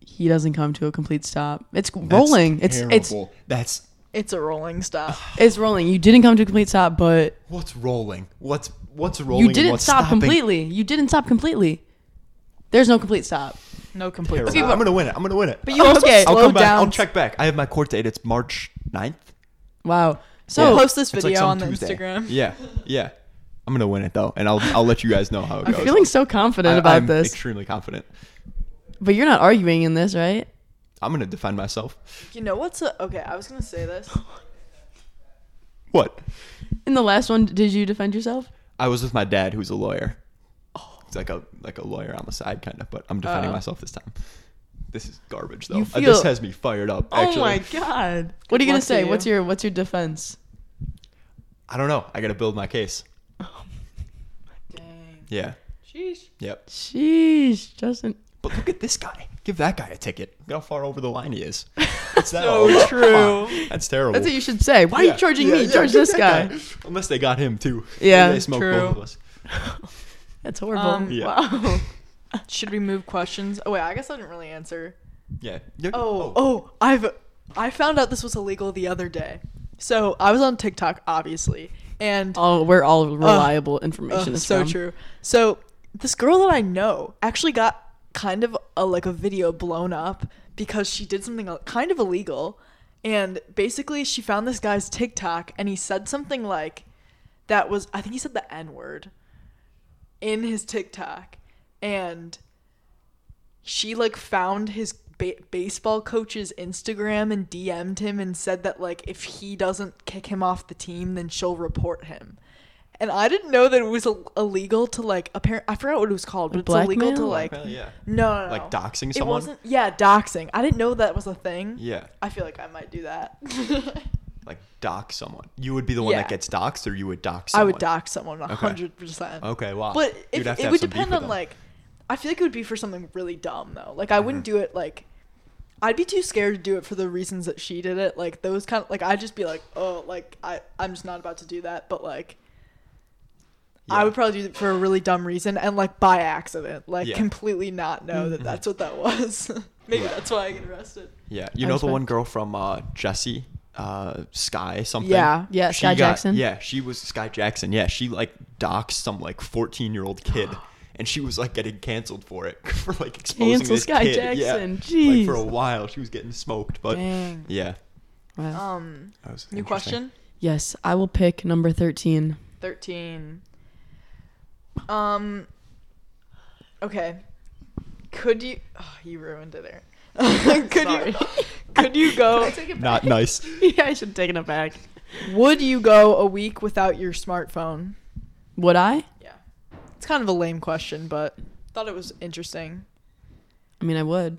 [SPEAKER 3] He doesn't come to a complete stop. It's
[SPEAKER 2] That's
[SPEAKER 3] rolling. It's it's
[SPEAKER 2] terrible. that's
[SPEAKER 1] It's a rolling stop.
[SPEAKER 3] it's rolling. You didn't come to a complete stop, but
[SPEAKER 2] what's rolling. What's what's rolling.
[SPEAKER 3] you
[SPEAKER 2] and
[SPEAKER 3] didn't
[SPEAKER 2] what's
[SPEAKER 3] stop
[SPEAKER 2] stopping?
[SPEAKER 3] completely. You didn't stop completely. There's no complete stop.
[SPEAKER 1] No complete
[SPEAKER 2] Terrible.
[SPEAKER 1] stop.
[SPEAKER 2] I'm gonna win it. I'm gonna win it.
[SPEAKER 1] But you also
[SPEAKER 3] Okay.
[SPEAKER 2] I'll
[SPEAKER 1] slow
[SPEAKER 2] come back.
[SPEAKER 1] down.
[SPEAKER 2] I'll check back. I have my court date. It's March 9th.
[SPEAKER 3] Wow.
[SPEAKER 1] So
[SPEAKER 2] Yeah.
[SPEAKER 1] post this
[SPEAKER 2] It's like
[SPEAKER 1] video
[SPEAKER 2] some
[SPEAKER 1] on the
[SPEAKER 2] Tuesday.
[SPEAKER 1] Instagram.
[SPEAKER 2] Yeah, yeah. I'm gonna win it though, and I'll I'll let you guys know how it
[SPEAKER 3] I'm
[SPEAKER 2] goes.
[SPEAKER 3] feeling so confident
[SPEAKER 2] I-
[SPEAKER 3] about
[SPEAKER 2] I'm
[SPEAKER 3] this.
[SPEAKER 2] Extremely confident.
[SPEAKER 3] but you're not arguing in this, right?
[SPEAKER 2] I'm gonna defend myself.
[SPEAKER 1] You know what's a, okay? I was gonna say <laughs> this.
[SPEAKER 2] What?
[SPEAKER 3] In the last one, did you defend yourself?
[SPEAKER 2] I was with my dad, who's a lawyer. It's like a like a lawyer on the side, kind of. But I'm defending
[SPEAKER 3] Oh.
[SPEAKER 2] myself this time. This is garbage, though.
[SPEAKER 3] You
[SPEAKER 2] Uh, this
[SPEAKER 3] feel-
[SPEAKER 2] has me fired up. Actually.
[SPEAKER 1] Oh my god!
[SPEAKER 3] What are
[SPEAKER 1] Good
[SPEAKER 3] you gonna
[SPEAKER 1] luck to
[SPEAKER 3] say?
[SPEAKER 1] you.
[SPEAKER 3] What's your what's your defense?
[SPEAKER 2] I don't know. I gotta build my case. Yeah.
[SPEAKER 1] Sheesh.
[SPEAKER 2] Yep.
[SPEAKER 3] Sheesh, Justin.
[SPEAKER 2] But look at this guy. Give that guy a ticket. Look how far over the line he is. It's that
[SPEAKER 1] So
[SPEAKER 2] over.
[SPEAKER 1] true.
[SPEAKER 2] Fuck. That's terrible.
[SPEAKER 3] That's what you should say. Why are
[SPEAKER 2] Yeah,
[SPEAKER 3] you charging
[SPEAKER 2] yeah,
[SPEAKER 3] me?
[SPEAKER 2] yeah,
[SPEAKER 3] Charge
[SPEAKER 2] give <laughs>
[SPEAKER 3] this
[SPEAKER 2] that
[SPEAKER 3] guy.
[SPEAKER 2] Unless they got him too.
[SPEAKER 3] Yeah,
[SPEAKER 2] They smoked
[SPEAKER 1] true.
[SPEAKER 2] both of us.
[SPEAKER 3] That's horrible.
[SPEAKER 1] Um,
[SPEAKER 2] Yeah.
[SPEAKER 1] <laughs> Wow. Should we move questions? Oh wait, I guess I didn't really answer.
[SPEAKER 2] Yeah.
[SPEAKER 1] Oh, oh, I've I found out this was illegal the other day. So I was on TikTok, obviously, and
[SPEAKER 3] all we're all reliable
[SPEAKER 1] Ugh,
[SPEAKER 3] information. is
[SPEAKER 1] Oh, <laughs> so
[SPEAKER 3] from.
[SPEAKER 1] true. So this girl that I know actually got kind of a, like a video blown up because she did something uh, kind of illegal, and basically she found this guy's TikTok and he said something like, "That was I think he said the N word." In his TikTok, and she like found his ba- baseball coach's Instagram and DM'd him and said that like if he doesn't kick him off the team, then she'll report him. And I didn't know that it was Ill- illegal to like apparent. I forgot what it was called, but it's illegal to
[SPEAKER 3] blackmail?
[SPEAKER 1] oh, like
[SPEAKER 2] Blackmail, yeah.
[SPEAKER 1] no, no, no,
[SPEAKER 2] Like doxing
[SPEAKER 1] It
[SPEAKER 2] someone?
[SPEAKER 1] wasn't. Yeah, doxing. I didn't know that was a thing.
[SPEAKER 2] Yeah.
[SPEAKER 1] I feel like I might do
[SPEAKER 2] <laughs>
[SPEAKER 1] that.
[SPEAKER 2] Like dox someone. You would be the one
[SPEAKER 1] Yeah.
[SPEAKER 2] that gets doxed, or you would dox.
[SPEAKER 1] I
[SPEAKER 2] Someone?
[SPEAKER 1] would dox someone a hundred percent.
[SPEAKER 2] Okay, wow.
[SPEAKER 1] But
[SPEAKER 2] Ah, You'd
[SPEAKER 1] if,
[SPEAKER 2] have to
[SPEAKER 1] it
[SPEAKER 2] have
[SPEAKER 1] would
[SPEAKER 2] some beef
[SPEAKER 1] depend
[SPEAKER 2] with
[SPEAKER 1] on
[SPEAKER 2] them.
[SPEAKER 1] like, I feel like it would be for something really dumb though. Like I wouldn't
[SPEAKER 2] Mm-hmm.
[SPEAKER 1] do it like, I'd be too scared to do it for the reasons that she did it. Like those kind of like I'd just be like, oh, like I I'm just not about to do that. But like, I
[SPEAKER 2] Yeah.
[SPEAKER 1] would probably do it for a really dumb reason and like by accident, like
[SPEAKER 2] Yeah. Mm-hmm.
[SPEAKER 1] completely not know that that's what that was. <laughs> Maybe
[SPEAKER 2] Yeah.
[SPEAKER 1] that's why I get arrested.
[SPEAKER 2] Yeah, you
[SPEAKER 3] I
[SPEAKER 2] know the
[SPEAKER 3] respect-
[SPEAKER 2] one girl from uh, Jesse, uh, Sky something.
[SPEAKER 1] Yeah.
[SPEAKER 3] Yeah,
[SPEAKER 2] She
[SPEAKER 3] Sky
[SPEAKER 2] got-
[SPEAKER 3] Jackson.
[SPEAKER 2] Yeah, she was Sky Jackson. Yeah, she like doxed some like fourteen year old
[SPEAKER 3] <gasps>
[SPEAKER 2] kid, and she was like getting canceled for it <laughs> for like exposing
[SPEAKER 3] Cancel
[SPEAKER 2] this
[SPEAKER 3] Sky
[SPEAKER 2] kid.
[SPEAKER 3] Jackson,
[SPEAKER 2] Yeah. Like for
[SPEAKER 3] jeez.
[SPEAKER 2] a while, she was getting smoked, but
[SPEAKER 1] Dang.
[SPEAKER 2] yeah.
[SPEAKER 3] Wow.
[SPEAKER 1] Um,
[SPEAKER 2] That was
[SPEAKER 1] new
[SPEAKER 2] interesting.
[SPEAKER 1] question.
[SPEAKER 3] Yes, I will pick number thirteen.
[SPEAKER 1] 13. Um okay. Could you oh, you ruined it there. <laughs> could you could you
[SPEAKER 3] <laughs>
[SPEAKER 1] go <laughs>
[SPEAKER 2] Not nice.
[SPEAKER 3] <laughs> yeah, I should have taken it back.
[SPEAKER 1] would you go a week without your smartphone?
[SPEAKER 3] Would I?
[SPEAKER 1] Yeah. It's kind of a lame question, but thought it was interesting.
[SPEAKER 3] I mean, I would.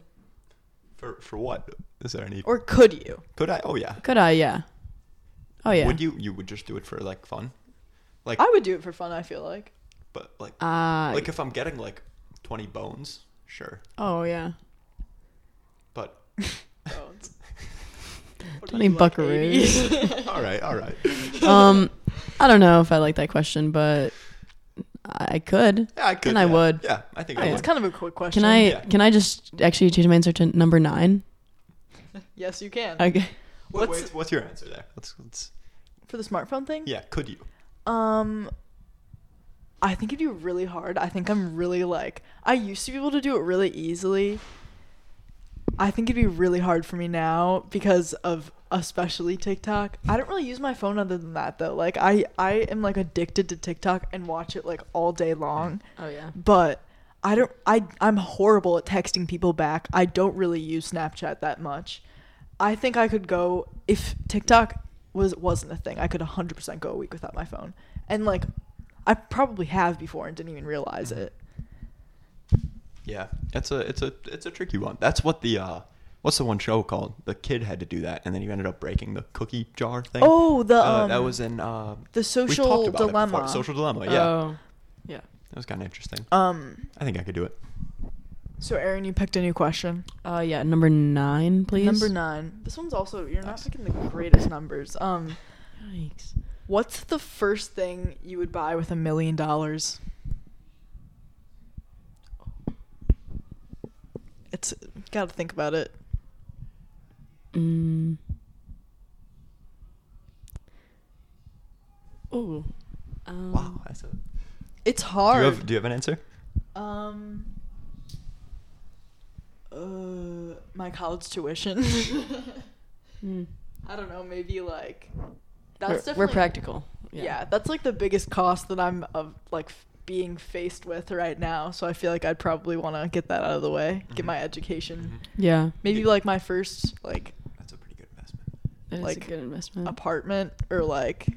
[SPEAKER 2] For for what? Is there any?
[SPEAKER 1] Or could you?
[SPEAKER 2] Could I? Oh yeah.
[SPEAKER 3] Could I? Yeah. Oh yeah.
[SPEAKER 2] Would you? You would just do it for like fun, like
[SPEAKER 1] I would do it for fun, I feel
[SPEAKER 3] <laughs>
[SPEAKER 1] like.
[SPEAKER 2] but like
[SPEAKER 3] Uh,
[SPEAKER 2] like if I'm getting like twenty bones, sure,
[SPEAKER 3] oh yeah.
[SPEAKER 2] <laughs> but.
[SPEAKER 3] Oh,
[SPEAKER 1] Phones. What are
[SPEAKER 3] Twenty
[SPEAKER 1] you, like,
[SPEAKER 3] buckaroos. <laughs>
[SPEAKER 1] 80?
[SPEAKER 2] All right, all right.
[SPEAKER 3] um, I don't know if I like that question, but I I could.
[SPEAKER 2] Yeah, I could.
[SPEAKER 3] And I
[SPEAKER 2] yeah.
[SPEAKER 3] would.
[SPEAKER 2] Yeah, I think
[SPEAKER 3] Oh,
[SPEAKER 2] I
[SPEAKER 3] yeah.
[SPEAKER 1] It's
[SPEAKER 2] would.
[SPEAKER 1] kind of a quick question.
[SPEAKER 3] Can I?
[SPEAKER 2] Yeah.
[SPEAKER 3] Can I just actually change my answer to number nine?
[SPEAKER 1] Yes, you can.
[SPEAKER 3] Okay.
[SPEAKER 2] Wait,
[SPEAKER 1] What's-
[SPEAKER 2] wait, what's your answer there? Let's, let's,
[SPEAKER 1] for the smartphone thing?
[SPEAKER 2] yeah, could you?
[SPEAKER 1] Um, I think it'd be really hard. I think I'm really like I used to be able to do it really easily. I think it'd be really hard for me now because of especially TikTok. I don't really use my phone other than that though. Like I I am like addicted to TikTok and watch it like all day long.
[SPEAKER 3] Oh yeah.
[SPEAKER 1] But I don't I I'm horrible at texting people back. I don't really use Snapchat that much. I think I could go if TikTok was wasn't a thing. I could 100% go a week without my phone. And like I probably have before and didn't even realize
[SPEAKER 2] Mm-hmm.
[SPEAKER 1] it.
[SPEAKER 2] Yeah, it's a it's a it's a tricky one. That's what the uh, what's the one show called? The kid had to do that, and then he ended up breaking the cookie jar thing.
[SPEAKER 1] Oh, the
[SPEAKER 2] uh,
[SPEAKER 1] um,
[SPEAKER 2] that was in uh,
[SPEAKER 1] the
[SPEAKER 2] we've
[SPEAKER 1] social
[SPEAKER 2] talked about it before,
[SPEAKER 1] dilemma.
[SPEAKER 2] social dilemma. Yeah,
[SPEAKER 3] Oh. Yeah.
[SPEAKER 2] that was kind of interesting.
[SPEAKER 1] um
[SPEAKER 2] I think I could do it.
[SPEAKER 1] so Aaron, you picked a new question.
[SPEAKER 3] Uh yeah. Number nine, please.
[SPEAKER 1] Number 9. This one's also you're not
[SPEAKER 2] Nice.
[SPEAKER 1] picking the greatest numbers. Um
[SPEAKER 3] Yikes.
[SPEAKER 1] what's the first thing you would buy with a million dollars? It's got to think about it.
[SPEAKER 3] Mm. Oh. Um,
[SPEAKER 2] Wow, that's a.
[SPEAKER 1] It's
[SPEAKER 2] Do you
[SPEAKER 1] hard.
[SPEAKER 2] have do you have an answer?
[SPEAKER 1] Um. Uh, my college tuition. <laughs>
[SPEAKER 3] mm.
[SPEAKER 1] I don't know. Maybe like
[SPEAKER 3] we're,
[SPEAKER 1] That's
[SPEAKER 3] we're
[SPEAKER 1] definitely-
[SPEAKER 3] practical.
[SPEAKER 1] Yeah. that's like the biggest cost that I'm of like f- being faced with right now. So I feel like I'd probably want to get that out of the way, get my education.
[SPEAKER 2] Mm-hmm.
[SPEAKER 3] Yeah.
[SPEAKER 1] Maybe like my first like
[SPEAKER 2] That's a pretty good investment.
[SPEAKER 3] That is
[SPEAKER 1] Like,
[SPEAKER 3] a good investment.
[SPEAKER 1] apartment or like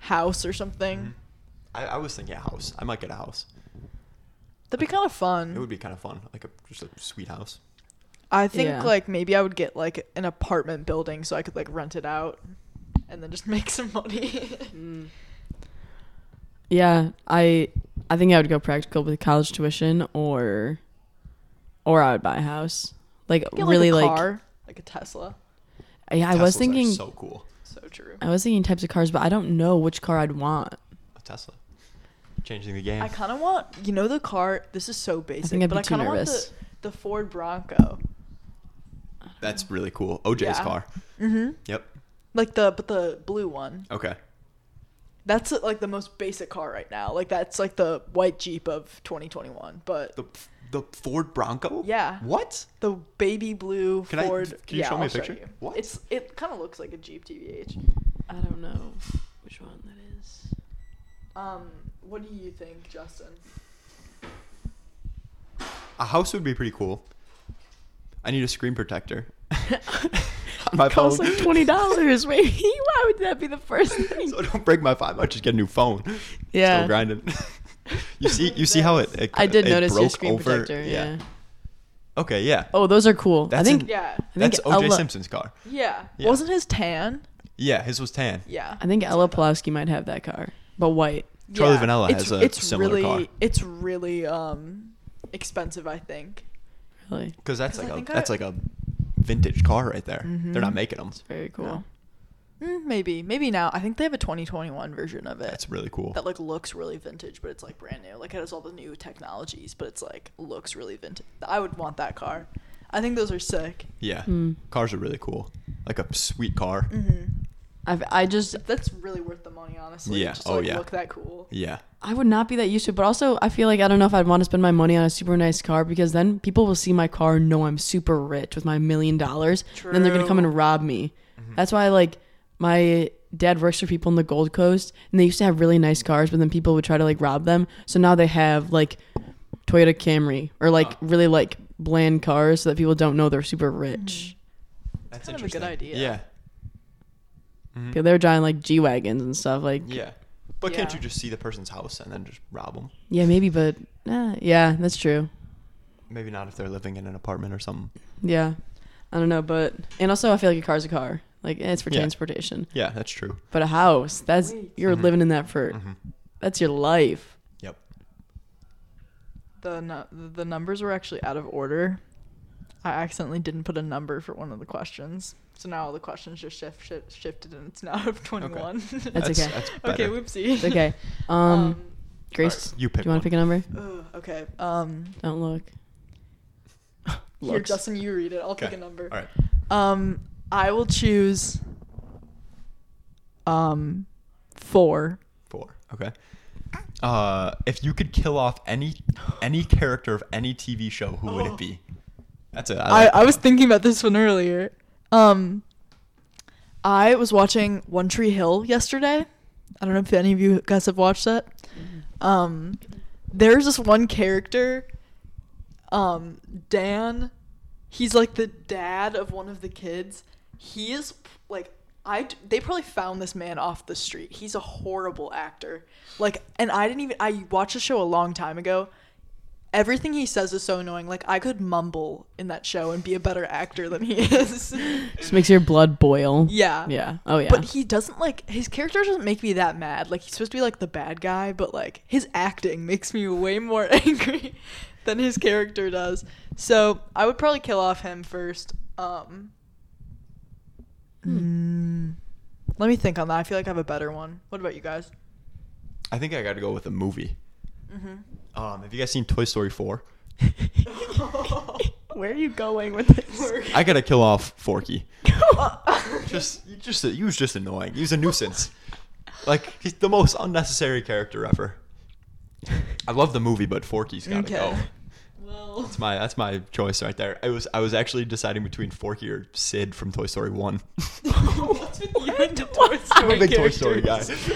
[SPEAKER 1] house or something.
[SPEAKER 2] Mhm. I, I was thinking a house. I might get a house.
[SPEAKER 1] That'd be kind of fun.
[SPEAKER 2] It would be kind of fun, like a just a sweet house.
[SPEAKER 1] I think
[SPEAKER 3] Yeah.
[SPEAKER 1] like maybe I would get like an apartment building so I could like rent it out and then just <laughs> make some
[SPEAKER 3] <laughs>
[SPEAKER 1] money.
[SPEAKER 3] Yeah, I I think I would go practical with college tuition or or I would buy a house. Like
[SPEAKER 1] Get,
[SPEAKER 3] really
[SPEAKER 1] like a
[SPEAKER 3] like,
[SPEAKER 1] car, like a Tesla.
[SPEAKER 3] yeah, I was
[SPEAKER 2] Teslas are
[SPEAKER 3] thinking
[SPEAKER 2] so cool.
[SPEAKER 1] So true.
[SPEAKER 3] I was thinking types of cars, but I don't know which car I'd want.
[SPEAKER 2] A Tesla, changing the game.
[SPEAKER 1] I kind of want, you know, the car. This is so basic,
[SPEAKER 3] I'd
[SPEAKER 1] but
[SPEAKER 3] be
[SPEAKER 1] I
[SPEAKER 3] too
[SPEAKER 1] kind of want the,
[SPEAKER 3] nervous.
[SPEAKER 1] the Ford Bronco.
[SPEAKER 2] That's really cool. OJ's
[SPEAKER 1] Yeah.
[SPEAKER 2] car.
[SPEAKER 1] Mm-hmm.
[SPEAKER 2] Yep.
[SPEAKER 1] Like the but the blue one.
[SPEAKER 2] Okay.
[SPEAKER 1] That's uh, like the most basic car right now. Like that's like the white Jeep of 2021. But
[SPEAKER 2] The the Ford Bronco.
[SPEAKER 1] Yeah.
[SPEAKER 2] What?
[SPEAKER 1] the baby blue
[SPEAKER 2] Can I-
[SPEAKER 1] Ford.
[SPEAKER 2] can you
[SPEAKER 1] yeah,
[SPEAKER 2] show me a
[SPEAKER 1] I'll
[SPEAKER 2] picture?
[SPEAKER 1] you.
[SPEAKER 2] What?
[SPEAKER 1] It's it kind of looks like a Jeep TBH.
[SPEAKER 3] I don't know which one that is.
[SPEAKER 1] Um, what do you think, Justin? <laughs>
[SPEAKER 2] A house would be pretty cool. I need a screen protector. <laughs>
[SPEAKER 3] <laughs>
[SPEAKER 2] On my phone.
[SPEAKER 3] Costs like twenty dollars. <laughs> Wait, why would that be the <laughs> first thing?
[SPEAKER 2] <laughs> so I don't break my five. I just get a new phone. Still
[SPEAKER 3] yeah,
[SPEAKER 2] grinding. <laughs> you see, you see how it. it
[SPEAKER 3] I did
[SPEAKER 2] it
[SPEAKER 3] notice your
[SPEAKER 2] broke
[SPEAKER 3] screen
[SPEAKER 2] over-
[SPEAKER 3] protector. Yeah.
[SPEAKER 2] Okay. Yeah.
[SPEAKER 3] Oh, those are cool. I
[SPEAKER 2] That's
[SPEAKER 3] think
[SPEAKER 2] an-
[SPEAKER 1] Yeah,
[SPEAKER 3] I think
[SPEAKER 2] That's OJ
[SPEAKER 3] Ella-
[SPEAKER 2] Simpson's car.
[SPEAKER 1] yeah.
[SPEAKER 2] Yeah.
[SPEAKER 1] Wasn't his tan?
[SPEAKER 2] Yeah, his was tan.
[SPEAKER 1] Yeah.
[SPEAKER 3] I think Ella Pulowski might have that car, but white.
[SPEAKER 2] Charlie Vanilla has a similar
[SPEAKER 1] really,
[SPEAKER 2] car.
[SPEAKER 1] It's really um expensive, I think.
[SPEAKER 3] Really,
[SPEAKER 2] Because that's
[SPEAKER 1] 'Cause I
[SPEAKER 2] like a
[SPEAKER 1] think I-
[SPEAKER 2] that's like a vintage car right there. They're not making them.
[SPEAKER 3] it's Mm-hmm. very cool.
[SPEAKER 1] No. Mm, maybe, maybe now. I think they have a 2021 version of it
[SPEAKER 2] That's really cool.
[SPEAKER 1] that like looks really vintage, but it's like brand new. Like it has all the new technologies, but it's like looks really vintage. I would want that car. I think those are sick.
[SPEAKER 2] yeah,
[SPEAKER 3] Mm.
[SPEAKER 2] cars are really cool. Like a sweet car.
[SPEAKER 1] Mm. Mm-hmm.
[SPEAKER 3] I've, I just
[SPEAKER 1] That's really worth the money, honestly.
[SPEAKER 2] Yeah,
[SPEAKER 1] Just to,
[SPEAKER 2] oh,
[SPEAKER 1] like,
[SPEAKER 2] yeah.
[SPEAKER 1] Look that cool.
[SPEAKER 2] Yeah,
[SPEAKER 3] I would not be that used to, it, but also I feel like I don't know if I'd want to spend my money on a super nice car because then people will see my car and know I'm super rich with my million dollars. and Then they're gonna come
[SPEAKER 1] True.
[SPEAKER 3] and rob me. That's why like my dad works for people on the Gold Coast and they used to have really nice cars, but then people would try to like rob them. So now they have like Toyota Camry or like really like bland cars so that people don't know they're super rich.
[SPEAKER 2] that's
[SPEAKER 1] kind of a good
[SPEAKER 2] interesting.
[SPEAKER 1] idea.
[SPEAKER 2] Yeah,
[SPEAKER 3] Yeah, They're driving like G wagons and stuff. Like yeah,
[SPEAKER 2] yeah. But can't
[SPEAKER 1] Yeah.
[SPEAKER 2] you just see the person's house and then just rob them?
[SPEAKER 3] maybe, but uh, yeah, that's true.
[SPEAKER 2] Maybe not if they're living in an apartment or something.
[SPEAKER 3] Yeah. I don't know, but and also I feel like a car's a car. Like eh, it's for
[SPEAKER 2] Yeah.
[SPEAKER 3] transportation.
[SPEAKER 2] Yeah, that's true.
[SPEAKER 3] But a house, that's
[SPEAKER 1] Wait.
[SPEAKER 3] you're
[SPEAKER 2] Mm-hmm.
[SPEAKER 3] living in that for that's your life.
[SPEAKER 2] Yep.
[SPEAKER 1] The nu- the numbers were actually out of order. I accidentally didn't put a number for one of the questions, so now all the questions just shift, shift shifted, and it's now <laughs> out of 21.
[SPEAKER 3] That's okay.
[SPEAKER 2] That's
[SPEAKER 1] okay,
[SPEAKER 2] better.
[SPEAKER 1] whoopsie.
[SPEAKER 3] It's okay.
[SPEAKER 1] <laughs>
[SPEAKER 3] Um,
[SPEAKER 1] Um,
[SPEAKER 3] Grace,
[SPEAKER 2] you
[SPEAKER 3] do
[SPEAKER 2] pick
[SPEAKER 3] you want
[SPEAKER 2] one.
[SPEAKER 3] to pick a number?
[SPEAKER 1] ugh, okay. Um,
[SPEAKER 3] Don't look.
[SPEAKER 1] here,
[SPEAKER 3] Looks.
[SPEAKER 1] Justin, you read it. I'll pick
[SPEAKER 2] Okay.
[SPEAKER 1] a number.
[SPEAKER 2] All right.
[SPEAKER 1] Um, I will choose. Um, four.
[SPEAKER 2] Four. Okay. Uh, if you could kill off any any character of any TV show, who would it be? That's it.
[SPEAKER 1] I,
[SPEAKER 2] like
[SPEAKER 1] I was thinking about this one earlier. Um, I was watching One Tree Hill yesterday. I don't know if any of you guys have watched that.
[SPEAKER 2] Mm-hmm.
[SPEAKER 1] Um, there's this one character, um, Dan. He's like the dad of one of the kids. He is like I. d- They probably found this man off the street. He's a horrible actor. Like, and I didn't even. I watched the show a long time ago everything he says is so annoying. Like I could mumble in that show and be a better actor than he is. <laughs>
[SPEAKER 3] Just makes your blood boil.
[SPEAKER 1] yeah.
[SPEAKER 3] Yeah. Oh yeah.
[SPEAKER 1] But he doesn't like his character doesn't make me that mad. Like he's supposed to be like the bad guy, but like his acting makes me way more <laughs> angry than his character does. So I would probably kill off him first. Um mm, Let me think on that. I feel like I have a better one. What about you guys?
[SPEAKER 2] I think I got to go with a movie.
[SPEAKER 1] <laughs>
[SPEAKER 2] Um, have you guys seen Toy Story Four?
[SPEAKER 3] Where are you going with this?
[SPEAKER 2] I gotta kill off Forky. <laughs> just, you just, he was just annoying. He was
[SPEAKER 1] <laughs>
[SPEAKER 2] a nuisance. Like he's the most unnecessary character ever. I love the movie, but Forky's gotta
[SPEAKER 1] Okay.
[SPEAKER 2] go.
[SPEAKER 1] well.
[SPEAKER 2] That's my that's my choice right there. I was I was actually deciding between Forky or Sid from Toy Story
[SPEAKER 1] <laughs>
[SPEAKER 2] One.
[SPEAKER 1] What's with you and the Toy Story
[SPEAKER 2] I'm a big Toy Story guy.
[SPEAKER 1] characters?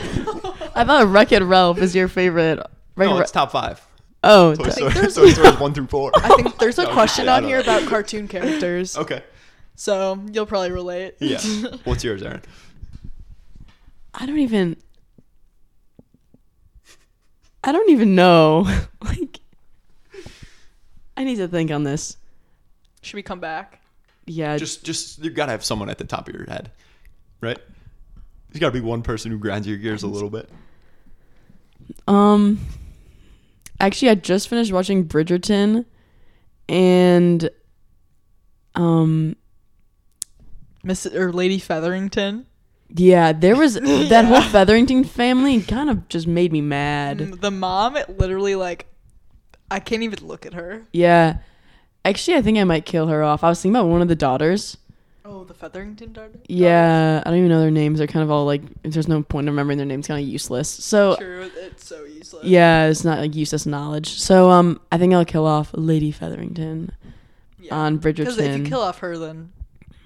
[SPEAKER 3] I thought Wreck It Ralph is your favorite. Wreck-It
[SPEAKER 2] No,
[SPEAKER 3] Ra-
[SPEAKER 2] it's top five.
[SPEAKER 3] oh,
[SPEAKER 2] Toy
[SPEAKER 3] t-
[SPEAKER 2] Story,
[SPEAKER 1] there's-
[SPEAKER 2] Toy Story one through four. <laughs>
[SPEAKER 1] I think there's a
[SPEAKER 2] No,
[SPEAKER 1] question
[SPEAKER 2] I
[SPEAKER 1] on
[SPEAKER 2] don't
[SPEAKER 1] here
[SPEAKER 2] know.
[SPEAKER 1] about cartoon characters,
[SPEAKER 2] Okay.
[SPEAKER 1] so you'll probably relate.
[SPEAKER 2] Yeah. What's yours, Aaron?
[SPEAKER 3] I don't even. I don't even know. <laughs> like, I need to think on this.
[SPEAKER 1] <laughs> Should we come back?
[SPEAKER 3] Yeah,
[SPEAKER 2] Just just you gotta have someone at the top of your head, right? There's gotta be one person who grinds your gears a little bit.
[SPEAKER 3] Um, actually, I just finished watching Bridgerton, and um,
[SPEAKER 1] Miss or Lady Featherington,
[SPEAKER 3] yeah,
[SPEAKER 1] <laughs>
[SPEAKER 3] there was that whole Featherington family kind of just made me mad.
[SPEAKER 1] the mom. It literally like, I can't even look at her.
[SPEAKER 3] Yeah, actually, I think I might kill her off. I was thinking about one of the daughters.
[SPEAKER 1] Oh, the Featherington daughter.
[SPEAKER 3] Yeah, I don't even know their names. They're kind of all like, there's no point in remembering their names. Kind of useless. So
[SPEAKER 1] True, it's so useless.
[SPEAKER 3] yeah, it's not like useless knowledge. So um, I think I'll kill off Lady Featherington on
[SPEAKER 1] Because if you
[SPEAKER 3] Bridgerton.
[SPEAKER 1] kill off her, then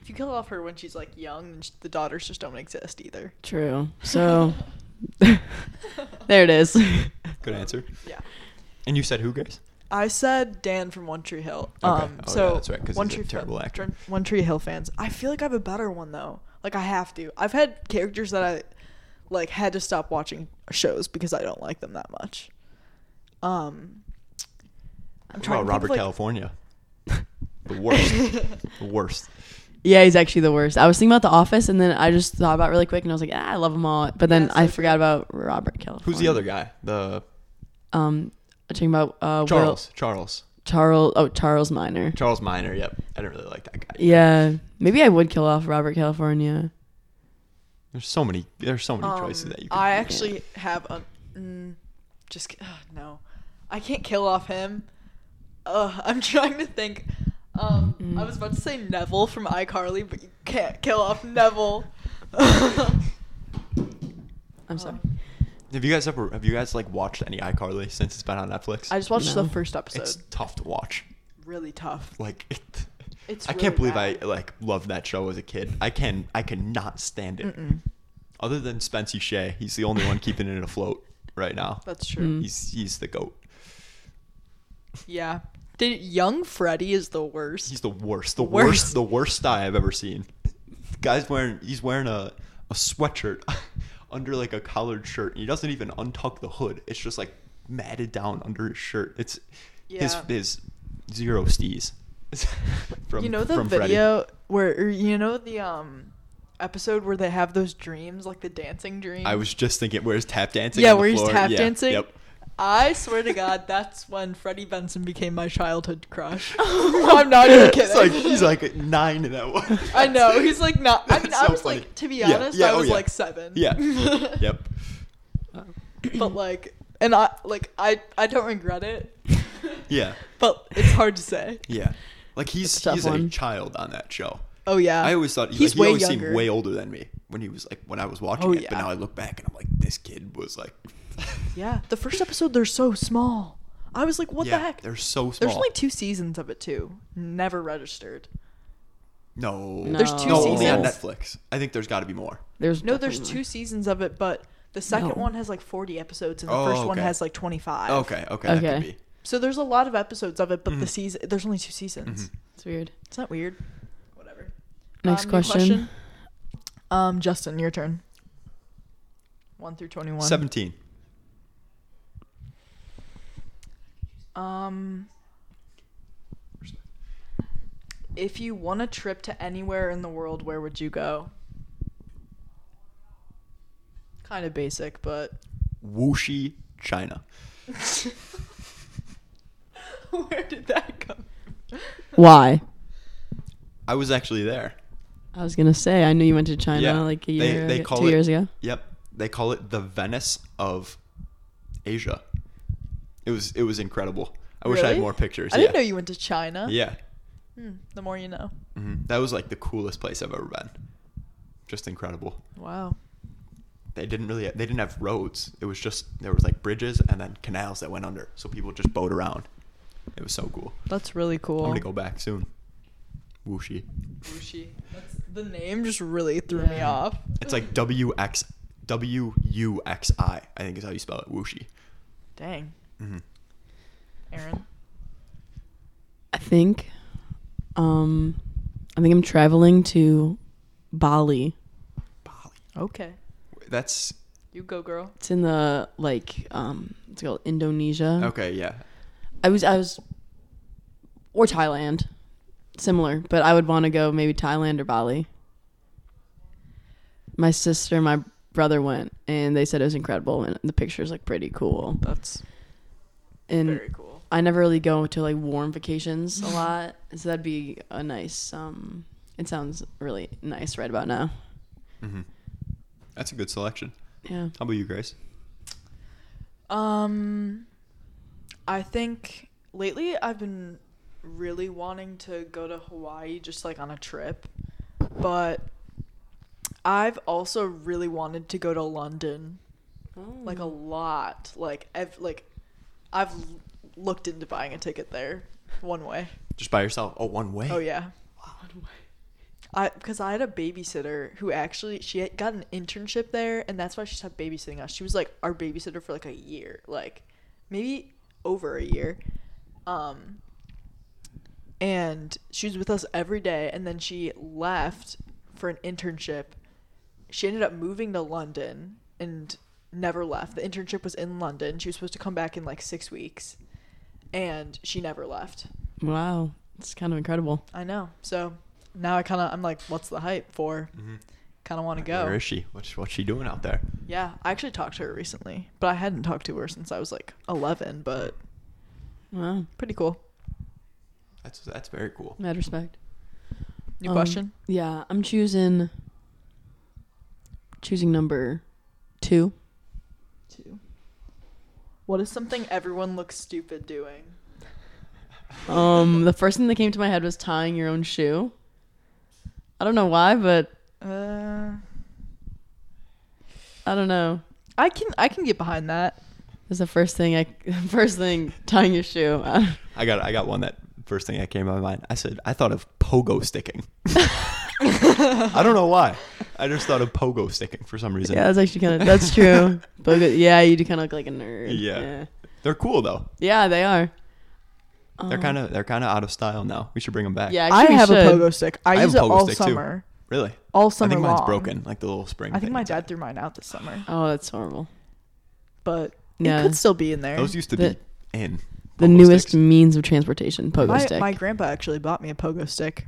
[SPEAKER 1] if you kill off her when she's like young, then sh the daughters just don't exist either.
[SPEAKER 3] True. So <laughs> there it is. <laughs>
[SPEAKER 2] Good answer.
[SPEAKER 1] Yeah.
[SPEAKER 2] And you said who, guys?
[SPEAKER 1] I said Dan from One Tree Hill.
[SPEAKER 2] Okay.
[SPEAKER 1] Um,
[SPEAKER 2] Oh,
[SPEAKER 1] so
[SPEAKER 2] yeah, that's right, 'cause
[SPEAKER 1] One
[SPEAKER 2] he's a
[SPEAKER 1] Tree Hill-
[SPEAKER 2] terrible actor.
[SPEAKER 1] Dr- One Tree Hill fans. I feel like I have a better one though. Like I have to. I've had characters that I like had to stop watching shows because I don't like them that much. Um, I'm
[SPEAKER 2] What
[SPEAKER 1] trying
[SPEAKER 2] about
[SPEAKER 1] to think
[SPEAKER 2] Robert
[SPEAKER 1] of, like-
[SPEAKER 2] California? the worst. the worst.
[SPEAKER 3] Yeah, he's actually the worst. I was thinking about The Office, and then I just thought about it really quick, and I was like, ah, I love them all. But then
[SPEAKER 1] Yeah, so
[SPEAKER 3] I
[SPEAKER 1] true.
[SPEAKER 3] forgot about Robert California.
[SPEAKER 2] Who's the other guy? The
[SPEAKER 3] Um, I'm talking about uh, Will-
[SPEAKER 2] Charles. Charles.
[SPEAKER 3] Charles. Oh, Charles Minor.
[SPEAKER 2] Charles Minor. Yep. I didn't really like that guy.
[SPEAKER 3] yeah, maybe I would kill off Robert California.
[SPEAKER 2] There's so many. There's so many choices
[SPEAKER 1] Um,
[SPEAKER 2] that you. Can
[SPEAKER 1] I actually have a mm, just ki- ugh, no, I can't kill off him. Ugh, <laughs> I'm trying to think. Um, I
[SPEAKER 3] Mm.
[SPEAKER 1] was about to say Neville from iCarly, but you can't kill off Neville. <laughs> Oh.
[SPEAKER 3] I'm sorry.
[SPEAKER 2] Have you guys ever? Have you guys like watched any iCarly since it's been on Netflix?
[SPEAKER 1] I just watched
[SPEAKER 3] No.
[SPEAKER 1] the first episode.
[SPEAKER 2] it's tough to watch.
[SPEAKER 1] really tough.
[SPEAKER 2] Like it.
[SPEAKER 1] It's
[SPEAKER 2] I can't
[SPEAKER 1] really bad.
[SPEAKER 2] believe I like loved that show as a kid. I can. I cannot stand it.
[SPEAKER 1] Mm-mm.
[SPEAKER 2] Other than Spency Shea, he's the only one keeping it afloat right now.
[SPEAKER 1] That's true.
[SPEAKER 3] Mm.
[SPEAKER 2] He's he's the goat.
[SPEAKER 1] Yeah. Did young Freddy is the worst.
[SPEAKER 2] He's the worst. The
[SPEAKER 1] Worst.
[SPEAKER 2] worst. The worst dye I've ever seen. Guy's wearing. He's wearing a a sweatshirt <laughs> under like a collared shirt. and He doesn't even untuck the hood. It's just like matted down under his shirt. It's his
[SPEAKER 1] Yeah.
[SPEAKER 2] his zero stees. <laughs> from
[SPEAKER 1] you know the
[SPEAKER 2] from Freddy.
[SPEAKER 1] video where or you know the um episode where they have those dreams, like the dancing dreams.
[SPEAKER 2] I was just thinking, where's tap dancing?
[SPEAKER 1] yeah,
[SPEAKER 2] on the
[SPEAKER 1] where he's
[SPEAKER 2] floor?
[SPEAKER 1] tap
[SPEAKER 2] Yeah,
[SPEAKER 1] dancing.
[SPEAKER 2] Yep.
[SPEAKER 1] I swear to God, that's when Freddie Benson became my childhood
[SPEAKER 2] <laughs>
[SPEAKER 1] crush. <laughs> <laughs> I'm not even kidding.
[SPEAKER 2] It's like he's like nine in that one.
[SPEAKER 1] I
[SPEAKER 2] <laughs>
[SPEAKER 1] know he's like not. I mean,
[SPEAKER 2] That's
[SPEAKER 1] I
[SPEAKER 2] so
[SPEAKER 1] was
[SPEAKER 2] funny.
[SPEAKER 1] like, to be
[SPEAKER 2] Yeah,
[SPEAKER 1] honest,
[SPEAKER 2] yeah,
[SPEAKER 1] I
[SPEAKER 2] oh,
[SPEAKER 1] was
[SPEAKER 2] yeah.
[SPEAKER 1] like seven.
[SPEAKER 2] Yeah. yep.
[SPEAKER 1] <laughs> but like, and I like I I don't regret it.
[SPEAKER 2] Yeah.
[SPEAKER 1] But it's hard to say.
[SPEAKER 2] Yeah. Like
[SPEAKER 3] That's
[SPEAKER 2] he's
[SPEAKER 3] a tough
[SPEAKER 2] he's a
[SPEAKER 3] one.
[SPEAKER 2] child on that show.
[SPEAKER 1] Oh yeah.
[SPEAKER 2] I always thought
[SPEAKER 1] He's
[SPEAKER 2] he's like,
[SPEAKER 1] way
[SPEAKER 2] he always
[SPEAKER 1] younger.
[SPEAKER 2] seemed way older than me when he was like when I was watching
[SPEAKER 1] Oh,
[SPEAKER 2] it.
[SPEAKER 1] yeah.
[SPEAKER 2] But now I look back and I'm like, this kid was like,
[SPEAKER 1] Yeah, the first episode they're so small. I was like, <laughs> what
[SPEAKER 2] yeah,
[SPEAKER 1] the heck?
[SPEAKER 2] They're so small.
[SPEAKER 1] There's only two seasons of it too. Never registered.
[SPEAKER 2] no,
[SPEAKER 3] There's two
[SPEAKER 2] no, only on
[SPEAKER 1] seasons.
[SPEAKER 2] Netflix. I think there's got to be more.
[SPEAKER 3] There's
[SPEAKER 1] No, there's
[SPEAKER 3] definitely-
[SPEAKER 1] two seasons of it, but the second
[SPEAKER 3] No.
[SPEAKER 1] one has like 40 episodes and the
[SPEAKER 2] Oh,
[SPEAKER 1] first one
[SPEAKER 2] okay.
[SPEAKER 1] has like 25.
[SPEAKER 2] Okay, Mm-hmm. okay, that
[SPEAKER 3] Okay.
[SPEAKER 2] could be.
[SPEAKER 1] So there's a lot of episodes of it, but the season there's only two seasons.
[SPEAKER 2] Mm-hmm.
[SPEAKER 3] It's weird.
[SPEAKER 1] It's not weird. Whatever.
[SPEAKER 3] Next
[SPEAKER 1] Um, new
[SPEAKER 3] question.
[SPEAKER 1] Um, Justin, your turn. One through twenty-one.
[SPEAKER 2] Seventeen.
[SPEAKER 1] Um, if you won a trip to anywhere in the world, where would you go? Kind of basic, but <laughs>
[SPEAKER 2] Wuxi, China.
[SPEAKER 1] where did that come?
[SPEAKER 3] Why?
[SPEAKER 2] I was actually there.
[SPEAKER 3] I was gonna say I knew you went to China
[SPEAKER 2] Yeah,
[SPEAKER 3] like a
[SPEAKER 2] they-
[SPEAKER 3] year,
[SPEAKER 2] they
[SPEAKER 3] ago-
[SPEAKER 2] call
[SPEAKER 3] two
[SPEAKER 2] it-
[SPEAKER 3] years ago.
[SPEAKER 2] Yep, they call it the Venice of Asia. It was it was incredible. I wish I had
[SPEAKER 1] Really?
[SPEAKER 2] more pictures.
[SPEAKER 1] I
[SPEAKER 2] yeah.
[SPEAKER 1] didn't know you went to China.
[SPEAKER 2] Yeah,
[SPEAKER 1] Hmm, the more you know.
[SPEAKER 2] hmm that was like the coolest place I've ever been. Just incredible.
[SPEAKER 1] Wow.
[SPEAKER 2] they didn't really they didn't have roads it was just there was like bridges and then canals that went under so people just boat around It was so cool.
[SPEAKER 1] That's really cool.
[SPEAKER 2] I'm gonna go back soon. Whooshy.
[SPEAKER 1] Wuxi. That's, the name just really threw me
[SPEAKER 3] Yeah.
[SPEAKER 1] off.
[SPEAKER 2] It's like
[SPEAKER 1] Mm.
[SPEAKER 2] W X W U X I. I think is how you spell it. Whooshy.
[SPEAKER 1] Dang,
[SPEAKER 2] Mm-hmm.
[SPEAKER 1] Aaron.
[SPEAKER 3] I think, um, I think I'm traveling to Bali.
[SPEAKER 2] Bali.
[SPEAKER 1] Okay,
[SPEAKER 2] That's
[SPEAKER 1] you go, girl.
[SPEAKER 3] It's in the like, um, it's called Indonesia.
[SPEAKER 1] Mm.
[SPEAKER 2] okay. Yeah.
[SPEAKER 3] I was, I was, or Thailand, similar, but I would want to go maybe Thailand or Bali. My sister, and my brother went, and they said it was incredible, and the picture's like pretty cool.
[SPEAKER 1] That's
[SPEAKER 3] And
[SPEAKER 1] very cool.
[SPEAKER 3] I never really go to like warm vacations a lot, so that'd be a nice. Um, it sounds really nice right about now.
[SPEAKER 2] Mm-hmm. That's a good selection.
[SPEAKER 3] Yeah.
[SPEAKER 2] How about you, Grace?
[SPEAKER 1] Um, I think lately I've been really wanting to go to Hawaii just like on a trip, but I've also really wanted to go to London like a lot. Like I've like I've l- looked into buying a ticket there one way.
[SPEAKER 2] Just by yourself. Oh, one way.
[SPEAKER 1] Oh yeah. I because I had a babysitter who actually she had got an internship there, and that's why she stopped babysitting us. She was like our babysitter for like a year, like maybe over a year, um, and she was with us every day. And then she left for an internship. She ended up moving to London and never left. The internship was in London. She was supposed to come back in like six weeks, and she never left.
[SPEAKER 3] Wow, it's kind of incredible.
[SPEAKER 1] I know. So now I kind of I'm like, what's the hype for?
[SPEAKER 2] Mm-hmm.
[SPEAKER 1] Kind of want to go.
[SPEAKER 2] Where is she? What's what's she doing out there?
[SPEAKER 1] Yeah, I actually talked to her recently, but I hadn't talked to her since I was like 11. But
[SPEAKER 3] Wow,
[SPEAKER 1] pretty cool.
[SPEAKER 2] That's that's very cool.
[SPEAKER 3] mad respect.
[SPEAKER 1] New
[SPEAKER 3] Um,
[SPEAKER 1] question.
[SPEAKER 3] Yeah, I'm choosing. Choosing number two.
[SPEAKER 1] Two. What is something everyone looks stupid doing?
[SPEAKER 3] Um, the first thing that came to my head was tying your own shoe. I don't know why, but
[SPEAKER 1] Uh,
[SPEAKER 3] I don't know.
[SPEAKER 1] I can I can get behind that.
[SPEAKER 3] It's the first thing I <laughs> first thing tying your shoe. <laughs>
[SPEAKER 2] I got I got one that first thing that came to my mind. I said I thought of
[SPEAKER 3] <laughs>
[SPEAKER 2] pogo sticking. I don't know why. I just thought of pogo sticking for some reason.
[SPEAKER 3] Yeah, that's actually kind of that's true. but good- yeah, you do kind of look like a nerd.
[SPEAKER 2] Yeah.
[SPEAKER 3] yeah,
[SPEAKER 2] They're cool though.
[SPEAKER 3] Yeah, they are. Um,
[SPEAKER 2] They're kind of they're kind of out of style now. We should bring them back.
[SPEAKER 3] Uh-huh. Yeah,
[SPEAKER 1] I
[SPEAKER 3] actually we
[SPEAKER 1] have a
[SPEAKER 3] should.
[SPEAKER 1] pogo stick. I,
[SPEAKER 2] I have
[SPEAKER 1] use
[SPEAKER 2] a
[SPEAKER 1] it
[SPEAKER 2] pogo
[SPEAKER 1] all
[SPEAKER 2] stick, too.
[SPEAKER 1] summer.
[SPEAKER 2] Really?
[SPEAKER 1] All summer
[SPEAKER 2] I think mine's
[SPEAKER 1] long.
[SPEAKER 2] broken, like the little spring.
[SPEAKER 1] I think
[SPEAKER 2] thing
[SPEAKER 1] my
[SPEAKER 2] inside.
[SPEAKER 1] dad threw mine out this summer,
[SPEAKER 3] Oh, that's horrible.
[SPEAKER 1] but
[SPEAKER 3] Yeah.
[SPEAKER 1] it could still be in there.
[SPEAKER 2] Those used to
[SPEAKER 3] The-
[SPEAKER 2] be in
[SPEAKER 3] The
[SPEAKER 2] pogo
[SPEAKER 3] newest
[SPEAKER 2] sticks.
[SPEAKER 3] means of transportation, pogo
[SPEAKER 1] my,
[SPEAKER 3] stick.
[SPEAKER 1] my grandpa actually bought me a pogo stick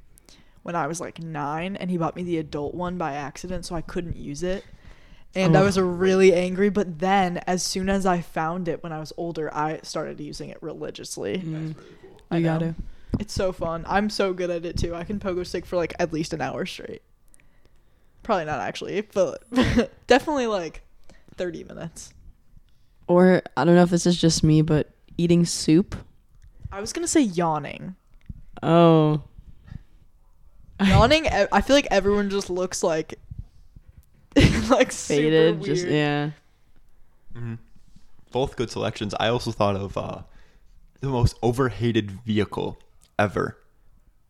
[SPEAKER 1] when I was like nine, and he bought me the adult one by accident, so I couldn't use it. And I
[SPEAKER 3] Oh.
[SPEAKER 1] was really angry, but then as soon as I found it when I was older, I started using it religiously.
[SPEAKER 3] Mm,
[SPEAKER 1] Mm-hmm. I
[SPEAKER 3] you
[SPEAKER 1] know.
[SPEAKER 3] gotta.
[SPEAKER 1] It's so fun. I'm so good at it too. I can pogo stick for like at least an hour straight. Probably not actually, but <laughs> definitely like 30 minutes.
[SPEAKER 3] Or I don't know if this is just me, but eating soup.
[SPEAKER 1] I was gonna say yawning.
[SPEAKER 3] Oh,
[SPEAKER 1] Yawning, e- I feel like everyone just looks like <laughs> like
[SPEAKER 3] faded.
[SPEAKER 1] super
[SPEAKER 3] Just
[SPEAKER 1] weird.
[SPEAKER 3] yeah.
[SPEAKER 2] Mm-hmm. Both good selections. I also thought of uh, the most overhated vehicle ever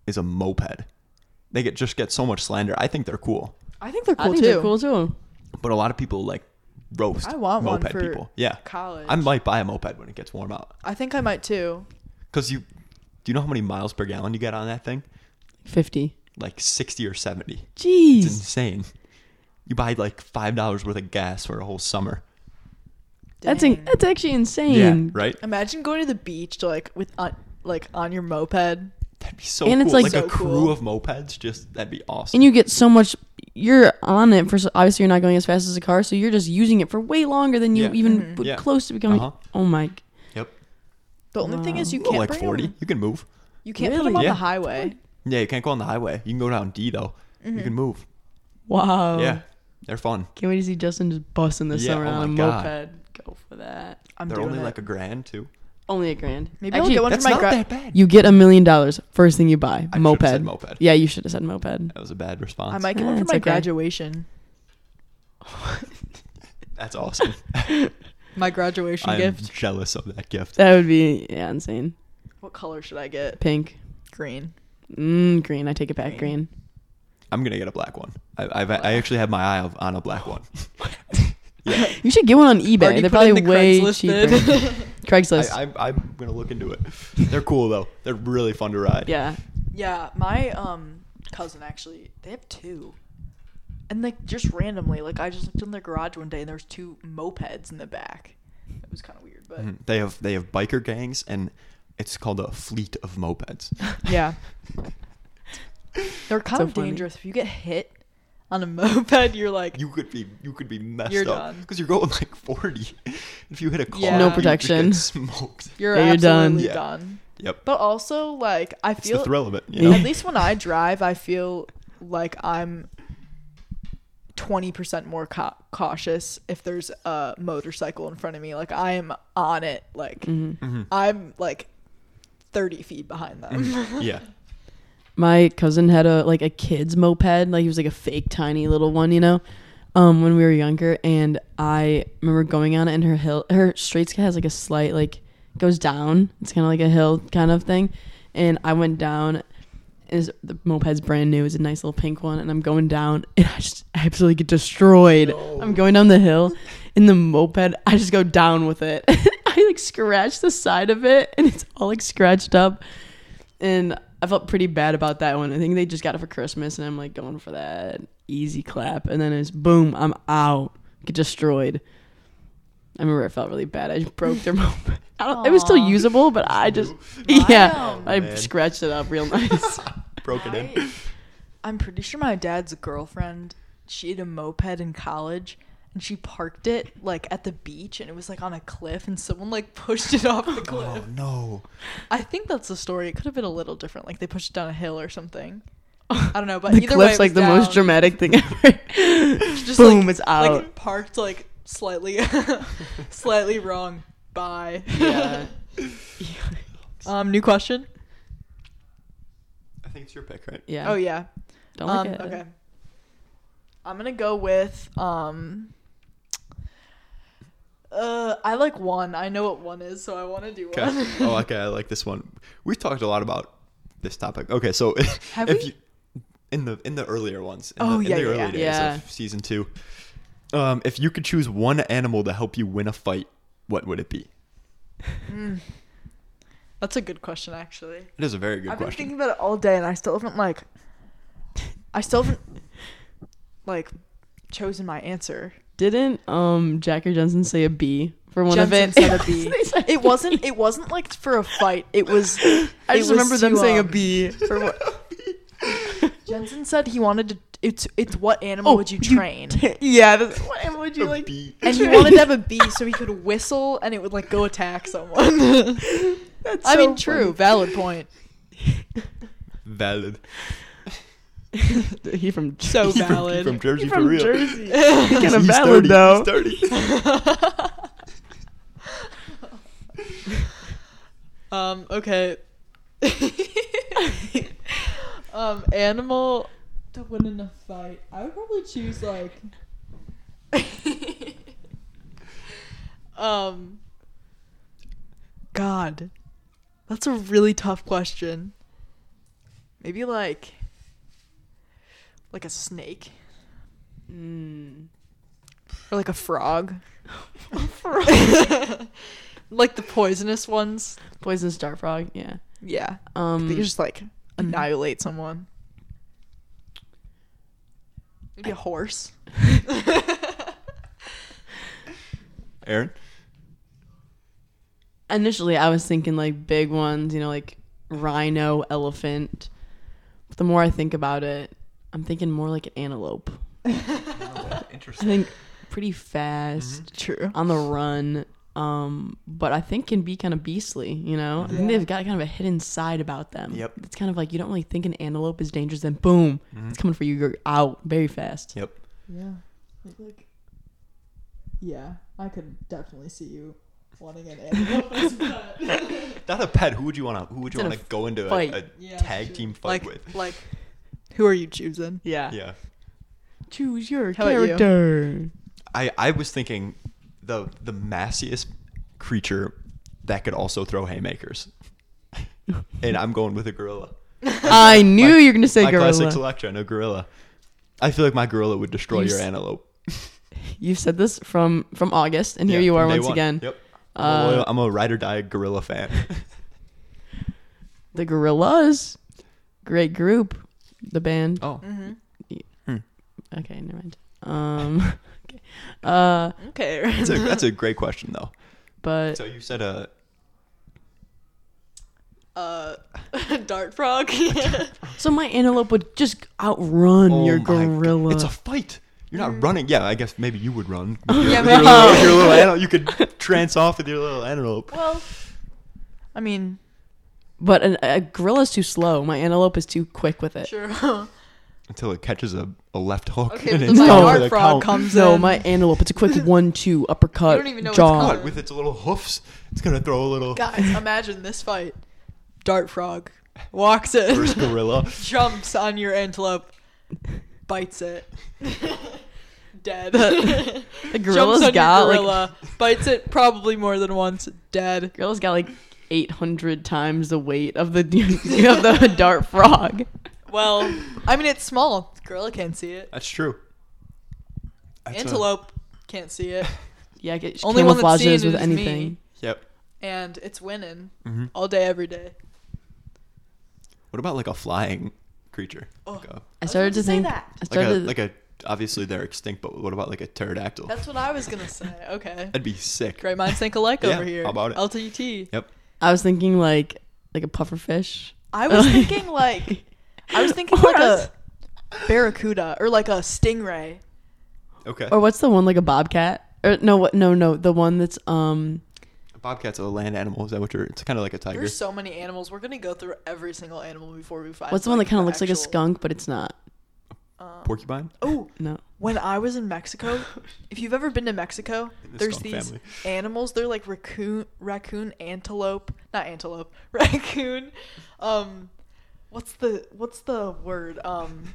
[SPEAKER 2] is a moped. They get just get so much slander. I think they're cool,
[SPEAKER 1] I think they're
[SPEAKER 3] I
[SPEAKER 1] cool
[SPEAKER 3] think
[SPEAKER 1] too.
[SPEAKER 3] they're cool too.
[SPEAKER 2] but a lot of people like roast
[SPEAKER 1] I want one
[SPEAKER 2] moped
[SPEAKER 1] for
[SPEAKER 2] people. Yeah,
[SPEAKER 1] College.
[SPEAKER 2] I might buy a moped when it gets warm out
[SPEAKER 1] I think I might too.
[SPEAKER 2] because you. Do you know how many miles per gallon you get on that thing?
[SPEAKER 3] Fifty.
[SPEAKER 2] Like sixty or seventy. It's
[SPEAKER 3] Jeez,
[SPEAKER 2] insane. You buy like five dollars worth of gas for a whole summer.
[SPEAKER 3] that's in,
[SPEAKER 1] Dang.
[SPEAKER 3] that's actually insane.
[SPEAKER 2] right.
[SPEAKER 1] Imagine going to the beach to like with on, like on your moped.
[SPEAKER 2] That'd be so.
[SPEAKER 3] And
[SPEAKER 2] cool.
[SPEAKER 3] it's,
[SPEAKER 2] like,
[SPEAKER 3] like,
[SPEAKER 1] so
[SPEAKER 2] a crew
[SPEAKER 1] cool.
[SPEAKER 2] of mopeds. Just that'd be awesome.
[SPEAKER 3] And you get so much. You're on it for so obviously you're not going as fast as a car, so you're just using it for way longer than you
[SPEAKER 2] Yeah.
[SPEAKER 3] even
[SPEAKER 1] Mhm.
[SPEAKER 3] w-
[SPEAKER 2] Yeah.
[SPEAKER 3] close to becoming.
[SPEAKER 2] Uh-huh.
[SPEAKER 3] Oh my!
[SPEAKER 2] yep.
[SPEAKER 1] The only thing is you
[SPEAKER 2] Oh,
[SPEAKER 1] can't
[SPEAKER 2] like
[SPEAKER 1] bring
[SPEAKER 2] forty.
[SPEAKER 1] 'em-
[SPEAKER 2] You can move.
[SPEAKER 1] You can't put 'em
[SPEAKER 3] Really?
[SPEAKER 1] on
[SPEAKER 2] Yeah.
[SPEAKER 1] the highway.
[SPEAKER 2] Yeah, you can't go on the highway. You can go down D though.
[SPEAKER 1] Mm-hmm.
[SPEAKER 2] You can move.
[SPEAKER 1] Oh.
[SPEAKER 3] Wow.
[SPEAKER 2] Yeah, they're fun.
[SPEAKER 3] Can't wait to see Justin just busting this
[SPEAKER 2] Yeah,
[SPEAKER 3] summer
[SPEAKER 2] oh
[SPEAKER 3] on a
[SPEAKER 2] my God.
[SPEAKER 3] moped. Go for that.
[SPEAKER 1] I'm
[SPEAKER 2] they're
[SPEAKER 1] doing
[SPEAKER 2] only
[SPEAKER 1] it.
[SPEAKER 2] like a grand too.
[SPEAKER 3] Only a grand.
[SPEAKER 1] Maybe I'll get one for
[SPEAKER 2] That's
[SPEAKER 1] my
[SPEAKER 2] not
[SPEAKER 1] gra-
[SPEAKER 2] that bad.
[SPEAKER 3] You get a million dollars first thing you buy.
[SPEAKER 2] I should've
[SPEAKER 3] moped.
[SPEAKER 2] said moped.
[SPEAKER 3] Yeah, you should have said moped.
[SPEAKER 2] That was a bad response.
[SPEAKER 1] I might get
[SPEAKER 3] Ah,
[SPEAKER 1] one for
[SPEAKER 3] it's
[SPEAKER 1] my
[SPEAKER 3] okay.
[SPEAKER 1] graduation.
[SPEAKER 2] That's
[SPEAKER 1] <laughs>
[SPEAKER 2] awesome.
[SPEAKER 1] My graduation
[SPEAKER 2] I'm
[SPEAKER 1] gift.
[SPEAKER 2] jealous of that gift.
[SPEAKER 3] That would be yeah, insane.
[SPEAKER 1] What color should I get?
[SPEAKER 3] Pink.
[SPEAKER 1] Green.
[SPEAKER 3] Mm, green. I take it back. Green.
[SPEAKER 2] I'm gonna get a black one. I, I've, I actually have my eye of- on a
[SPEAKER 1] <laughs>
[SPEAKER 2] black one. yeah,
[SPEAKER 3] You should get one on eBay.
[SPEAKER 1] Already
[SPEAKER 3] They're
[SPEAKER 1] put in
[SPEAKER 3] probably
[SPEAKER 1] the
[SPEAKER 3] way
[SPEAKER 1] Craigslist <laughs>
[SPEAKER 3] cheaper.
[SPEAKER 1] bid.
[SPEAKER 3] Craigslist.
[SPEAKER 2] I, I, I'm gonna look into it. They're cool though. They're really fun to ride.
[SPEAKER 3] yeah.
[SPEAKER 1] yeah, my um cousin actually, they have two. And like just randomly, like I just looked in their garage one day and there was two mopeds in the back. It was kind of weird, but
[SPEAKER 2] Mhm. They have they have biker gangs and it's called a fleet of mopeds.
[SPEAKER 1] <laughs>
[SPEAKER 2] <laughs>
[SPEAKER 1] yeah. They're kind
[SPEAKER 3] So
[SPEAKER 1] of
[SPEAKER 3] funny.
[SPEAKER 1] dangerous. If you get hit on a <laughs> moped, you're like
[SPEAKER 2] You could be you could be messed
[SPEAKER 1] You're
[SPEAKER 2] up
[SPEAKER 1] done.
[SPEAKER 2] because you're going like 40. <laughs> If you hit a car,
[SPEAKER 1] Yeah. No
[SPEAKER 2] you just get
[SPEAKER 3] protection.
[SPEAKER 2] smoked.
[SPEAKER 1] you're,
[SPEAKER 3] Yeah, you're done.
[SPEAKER 1] absolutely
[SPEAKER 2] Yeah.
[SPEAKER 1] done.
[SPEAKER 2] Yep.
[SPEAKER 1] But also like I
[SPEAKER 2] It's
[SPEAKER 1] feel
[SPEAKER 2] the thrill of it. You
[SPEAKER 3] Yeah.
[SPEAKER 2] know?
[SPEAKER 1] At least when I drive, I feel like I'm 20% more cau cautious if there's a motorcycle in front of me. Like I am on it. Like
[SPEAKER 3] Mm-hmm.
[SPEAKER 2] Mm-hmm.
[SPEAKER 1] I'm like 30 feet behind them.
[SPEAKER 2] yeah.
[SPEAKER 3] my cousin had a like a kid's moped like he was like a fake tiny little one you know um when we were younger and i remember going on it and her hill her straight has like a slight like goes down it's kind of like a hill kind of thing and i went down is the moped's brand new it's a nice little pink one and i'm going down <laughs> and i just absolutely get destroyed i'm going down the hill and the moped i just go down with it <laughs> i like scratch the side of it and it's all like scratched up and I felt pretty bad about that one. I think they just got it for Christmas, and I'm like going for that easy clap, and then it's boom, I'm out, get destroyed. I remember I felt really bad. I just broke their <laughs> moped. I don't, it was still
[SPEAKER 1] Aw.
[SPEAKER 3] usable, but I just
[SPEAKER 1] Wow.
[SPEAKER 3] yeah,
[SPEAKER 1] Oh,
[SPEAKER 3] I
[SPEAKER 2] man.
[SPEAKER 3] scratched it up real <laughs> nice.
[SPEAKER 2] Broken in.
[SPEAKER 1] I- <laughs> I'm pretty sure my dad's girlfriend, she had a moped in college and she parked it like at the beach and it was like on a cliff and someone like <laughs> pushed it
[SPEAKER 3] <laughs>
[SPEAKER 1] off the cliff.
[SPEAKER 2] Oh no.
[SPEAKER 1] I think that's the story. It could have been a little different. Like they pushed it down a hill or something. I don't know, but
[SPEAKER 3] the
[SPEAKER 1] either way,
[SPEAKER 3] cliff's
[SPEAKER 1] it
[SPEAKER 3] like
[SPEAKER 1] was
[SPEAKER 3] the most
[SPEAKER 1] down. <laughs>
[SPEAKER 3] dramatic thing ever.
[SPEAKER 1] Just
[SPEAKER 3] boom,
[SPEAKER 1] like,
[SPEAKER 3] it's
[SPEAKER 1] <laughs>
[SPEAKER 3] out.
[SPEAKER 1] Like parked like slightly, <laughs> slightly wrong.
[SPEAKER 3] <laughs>
[SPEAKER 1] Bye.
[SPEAKER 3] yeah.
[SPEAKER 1] um, new question.
[SPEAKER 2] I think it's your pick, right?
[SPEAKER 3] yeah.
[SPEAKER 1] Oh yeah.
[SPEAKER 3] Don't
[SPEAKER 1] um,
[SPEAKER 3] look at
[SPEAKER 1] okay.
[SPEAKER 3] it.
[SPEAKER 1] I'm gonna go with um. Uh, I like one. I know what one is, so I want to do one. <laughs>
[SPEAKER 2] Okay. oh, okay. I like this one. We've talked a lot about this topic. Okay, so <laughs>
[SPEAKER 1] Have
[SPEAKER 2] if
[SPEAKER 1] we?
[SPEAKER 2] you in the in the earlier ones, in
[SPEAKER 1] Oh,
[SPEAKER 2] the, in
[SPEAKER 1] yeah,
[SPEAKER 2] the
[SPEAKER 1] yeah,
[SPEAKER 2] early
[SPEAKER 1] yeah.
[SPEAKER 2] days
[SPEAKER 3] Yeah.
[SPEAKER 2] of season two, um, if you could choose one animal to help you win a fight, what would it be?
[SPEAKER 1] That's a good question, actually.
[SPEAKER 2] It is a very good
[SPEAKER 1] I've been
[SPEAKER 2] question.
[SPEAKER 1] thinking about it all day, and I still haven't like, I still haven't like chosen my answer.
[SPEAKER 3] Didn't um Jack or Jensen say a B for one
[SPEAKER 1] Jensen
[SPEAKER 3] of it?
[SPEAKER 1] said a
[SPEAKER 3] <laughs>
[SPEAKER 1] B. It wasn't. It wasn't like for a fight. It was. um,
[SPEAKER 3] I just remember them saying a B
[SPEAKER 1] <laughs>
[SPEAKER 3] for what.
[SPEAKER 2] <laughs>
[SPEAKER 1] Jensen said he wanted to. It's it's what animal
[SPEAKER 3] Oh,
[SPEAKER 1] would you train? <laughs>
[SPEAKER 3] yeah. That's, what animal would you
[SPEAKER 2] A
[SPEAKER 3] like?
[SPEAKER 2] bee.
[SPEAKER 1] and he wanted to have a bee so he could whistle and it would like go attack someone.
[SPEAKER 3] <laughs> That's
[SPEAKER 1] I
[SPEAKER 3] so
[SPEAKER 1] mean, true, valid point.
[SPEAKER 3] funny.
[SPEAKER 2] Valid.
[SPEAKER 3] <laughs> He from
[SPEAKER 1] So
[SPEAKER 2] He from- he
[SPEAKER 1] valid.
[SPEAKER 2] From, Jersey
[SPEAKER 3] he
[SPEAKER 2] for
[SPEAKER 3] from
[SPEAKER 2] real.
[SPEAKER 3] Jersey.
[SPEAKER 1] <laughs>
[SPEAKER 3] kind of
[SPEAKER 2] <laughs> He's
[SPEAKER 3] valid
[SPEAKER 2] sturdy,
[SPEAKER 3] though.
[SPEAKER 2] He's sturdy.
[SPEAKER 1] um. Okay. um. Animal to win in a fight. I would probably choose like. um. God, that's a really tough question. Maybe like. Like a snake
[SPEAKER 3] Mm.
[SPEAKER 1] or like a <laughs> frog. <laughs> like the poisonous ones.
[SPEAKER 3] Poison star frog. Yeah.
[SPEAKER 1] Yeah.
[SPEAKER 3] Um.
[SPEAKER 1] They just like annihilate someone. Maybe a horse.
[SPEAKER 2] Aaron.
[SPEAKER 3] initially, I was thinking like big ones. You know, like rhino, elephant. But the more I think about it, I'm thinking more like an antelope. I
[SPEAKER 2] Interesting.
[SPEAKER 3] think pretty fast.
[SPEAKER 1] True.
[SPEAKER 2] Mm-hmm.
[SPEAKER 3] on the run um but i think can be kind of beastly you know i think
[SPEAKER 1] Yeah.
[SPEAKER 3] they've got kind of a hidden side about them
[SPEAKER 2] Yep. Mm-hmm.
[SPEAKER 3] it's kind of like you don't really think an antelope is dangerous then boom it's coming for you you're out very fast
[SPEAKER 2] Yep.
[SPEAKER 1] Yeah. Like, yeah, I could definitely see you wanting an <laughs> animal.
[SPEAKER 2] Not a pet. Who would you want to? Who would you
[SPEAKER 3] Instead
[SPEAKER 2] want to
[SPEAKER 3] of
[SPEAKER 2] go into
[SPEAKER 3] fight.
[SPEAKER 2] a, a
[SPEAKER 1] Yeah,
[SPEAKER 2] tag
[SPEAKER 1] sure.
[SPEAKER 2] team
[SPEAKER 1] like,
[SPEAKER 2] fight with?
[SPEAKER 1] like, who are you choosing?
[SPEAKER 3] yeah,
[SPEAKER 2] Yeah.
[SPEAKER 3] choose your
[SPEAKER 1] How about you?
[SPEAKER 2] <laughs>
[SPEAKER 3] character
[SPEAKER 2] I, I was thinking
[SPEAKER 3] <laughs>
[SPEAKER 2] the the massiest creature that could also throw haymakers. and I'm going with a gorilla.
[SPEAKER 3] I knew
[SPEAKER 2] My-
[SPEAKER 3] you were gonna say
[SPEAKER 2] my classic
[SPEAKER 3] gorilla.
[SPEAKER 2] selection, a gorilla. I feel like my gorilla would destroy
[SPEAKER 3] You
[SPEAKER 2] your
[SPEAKER 3] s-
[SPEAKER 2] antelope.
[SPEAKER 3] You've said this from from August, and here
[SPEAKER 2] Yeah,
[SPEAKER 3] you are
[SPEAKER 2] from day
[SPEAKER 3] once
[SPEAKER 2] one.
[SPEAKER 3] again.
[SPEAKER 2] Yep. I'm, a
[SPEAKER 3] Uh,
[SPEAKER 2] loyal, I'm a ride or die gorilla
[SPEAKER 3] <laughs>
[SPEAKER 2] fan.
[SPEAKER 3] The gorillas, great group, the band.
[SPEAKER 2] oh,
[SPEAKER 3] Okay, never mind. Um, <laughs> okay. uh,
[SPEAKER 1] Okay.
[SPEAKER 2] <laughs>
[SPEAKER 1] <laughs>
[SPEAKER 2] that's a, that's a great question though.
[SPEAKER 3] but
[SPEAKER 2] So you said uh, a
[SPEAKER 1] uh, <laughs> dart frog.
[SPEAKER 3] so my antelope would just outrun
[SPEAKER 2] oh
[SPEAKER 3] your
[SPEAKER 2] my God,
[SPEAKER 3] gorilla.
[SPEAKER 2] It's a fight. You're not running. Yeah, I guess maybe you
[SPEAKER 3] <laughs>
[SPEAKER 2] would run. With
[SPEAKER 1] Yeah,
[SPEAKER 2] your, with
[SPEAKER 1] maybe.
[SPEAKER 2] your little, with your little antelope, you could trance off with your little
[SPEAKER 1] <laughs>
[SPEAKER 2] antelope.
[SPEAKER 1] well, I mean,
[SPEAKER 3] but an, a gorilla's too slow. My antelope is too quick with
[SPEAKER 1] <laughs>
[SPEAKER 3] it.
[SPEAKER 1] sure.
[SPEAKER 2] until it catches a, a left hook
[SPEAKER 1] Okay,
[SPEAKER 2] and
[SPEAKER 1] but
[SPEAKER 2] it's <laughs>
[SPEAKER 1] then my
[SPEAKER 2] down
[SPEAKER 3] dart
[SPEAKER 2] for the
[SPEAKER 1] frog
[SPEAKER 2] count.
[SPEAKER 1] comes-
[SPEAKER 3] No,
[SPEAKER 1] Then-
[SPEAKER 3] my antelope. It's
[SPEAKER 1] <laughs>
[SPEAKER 3] a quick one-two
[SPEAKER 1] You
[SPEAKER 3] uppercut
[SPEAKER 1] don't even know it's
[SPEAKER 3] jaw.
[SPEAKER 1] called.
[SPEAKER 2] God, with its little hoofs, it's gonna throw a little
[SPEAKER 1] Guys, imagine this fight. Dart frog walks in,
[SPEAKER 3] <laughs>
[SPEAKER 1] <laughs>
[SPEAKER 2] first gorilla.
[SPEAKER 1] jumps on your antelope, bites it.
[SPEAKER 3] <laughs>
[SPEAKER 1] Dead.
[SPEAKER 3] the
[SPEAKER 1] Jumps
[SPEAKER 3] gorilla's
[SPEAKER 1] on
[SPEAKER 3] got
[SPEAKER 1] your
[SPEAKER 3] like
[SPEAKER 1] gorilla, bites it probably more than once. Dead.
[SPEAKER 3] gorilla's got like eight hundred times the weight of the <laughs> of the dart frog.
[SPEAKER 1] <laughs> Well, I mean, it's small. Gorilla can't see it.
[SPEAKER 2] That's true. That's a-
[SPEAKER 1] Antelope can't see it.
[SPEAKER 3] Yeah, I get
[SPEAKER 1] Only
[SPEAKER 3] Only
[SPEAKER 1] one that's
[SPEAKER 3] camouflages
[SPEAKER 1] seen
[SPEAKER 3] with
[SPEAKER 1] is
[SPEAKER 3] anything.
[SPEAKER 1] me.
[SPEAKER 2] yep.
[SPEAKER 1] And it's winning
[SPEAKER 2] Mhm.
[SPEAKER 1] all day, every day.
[SPEAKER 2] What about like a flying creature?
[SPEAKER 1] Oh,
[SPEAKER 2] Like a,
[SPEAKER 3] I started to
[SPEAKER 1] gonna say
[SPEAKER 3] think.
[SPEAKER 1] that.
[SPEAKER 3] I
[SPEAKER 2] like a,
[SPEAKER 3] started.
[SPEAKER 2] like a obviously they're extinct, but what about like a pterodactyl?
[SPEAKER 1] That's what I was going to say.
[SPEAKER 2] <laughs>
[SPEAKER 1] Okay.
[SPEAKER 2] That'd be sick.
[SPEAKER 1] Great minds think alike
[SPEAKER 2] Yeah,
[SPEAKER 1] over here.
[SPEAKER 2] how about it?
[SPEAKER 1] LTT.
[SPEAKER 2] Yep.
[SPEAKER 3] I was thinking like like a pufferfish.
[SPEAKER 1] I
[SPEAKER 3] <laughs>
[SPEAKER 1] was thinking like I was thinking like a
[SPEAKER 3] Or-
[SPEAKER 1] barracuda or like a stingray.
[SPEAKER 2] Okay.
[SPEAKER 1] Oh.
[SPEAKER 3] or what's the one like a bobcat? Or no, what? No, no, the one that's um.
[SPEAKER 2] A Bobcat's a land animal. Is that what you're? It's kind of like a tiger.
[SPEAKER 1] There's so many animals. We're gonna go through every single animal before we find.
[SPEAKER 3] What's the one that kind of looks like a
[SPEAKER 1] actual-
[SPEAKER 3] skunk, but it's not?
[SPEAKER 2] Porcupine.
[SPEAKER 1] Oh,
[SPEAKER 3] No.
[SPEAKER 1] when I was in
[SPEAKER 2] <laughs>
[SPEAKER 1] Mexico, if you've ever been to Mexico,
[SPEAKER 2] the
[SPEAKER 1] there's
[SPEAKER 2] skunk
[SPEAKER 1] these
[SPEAKER 2] family.
[SPEAKER 1] animals. They're like raccoon, raccoon, antelope, not antelope, <laughs> raccoon. Um, what's the what's the word? Um,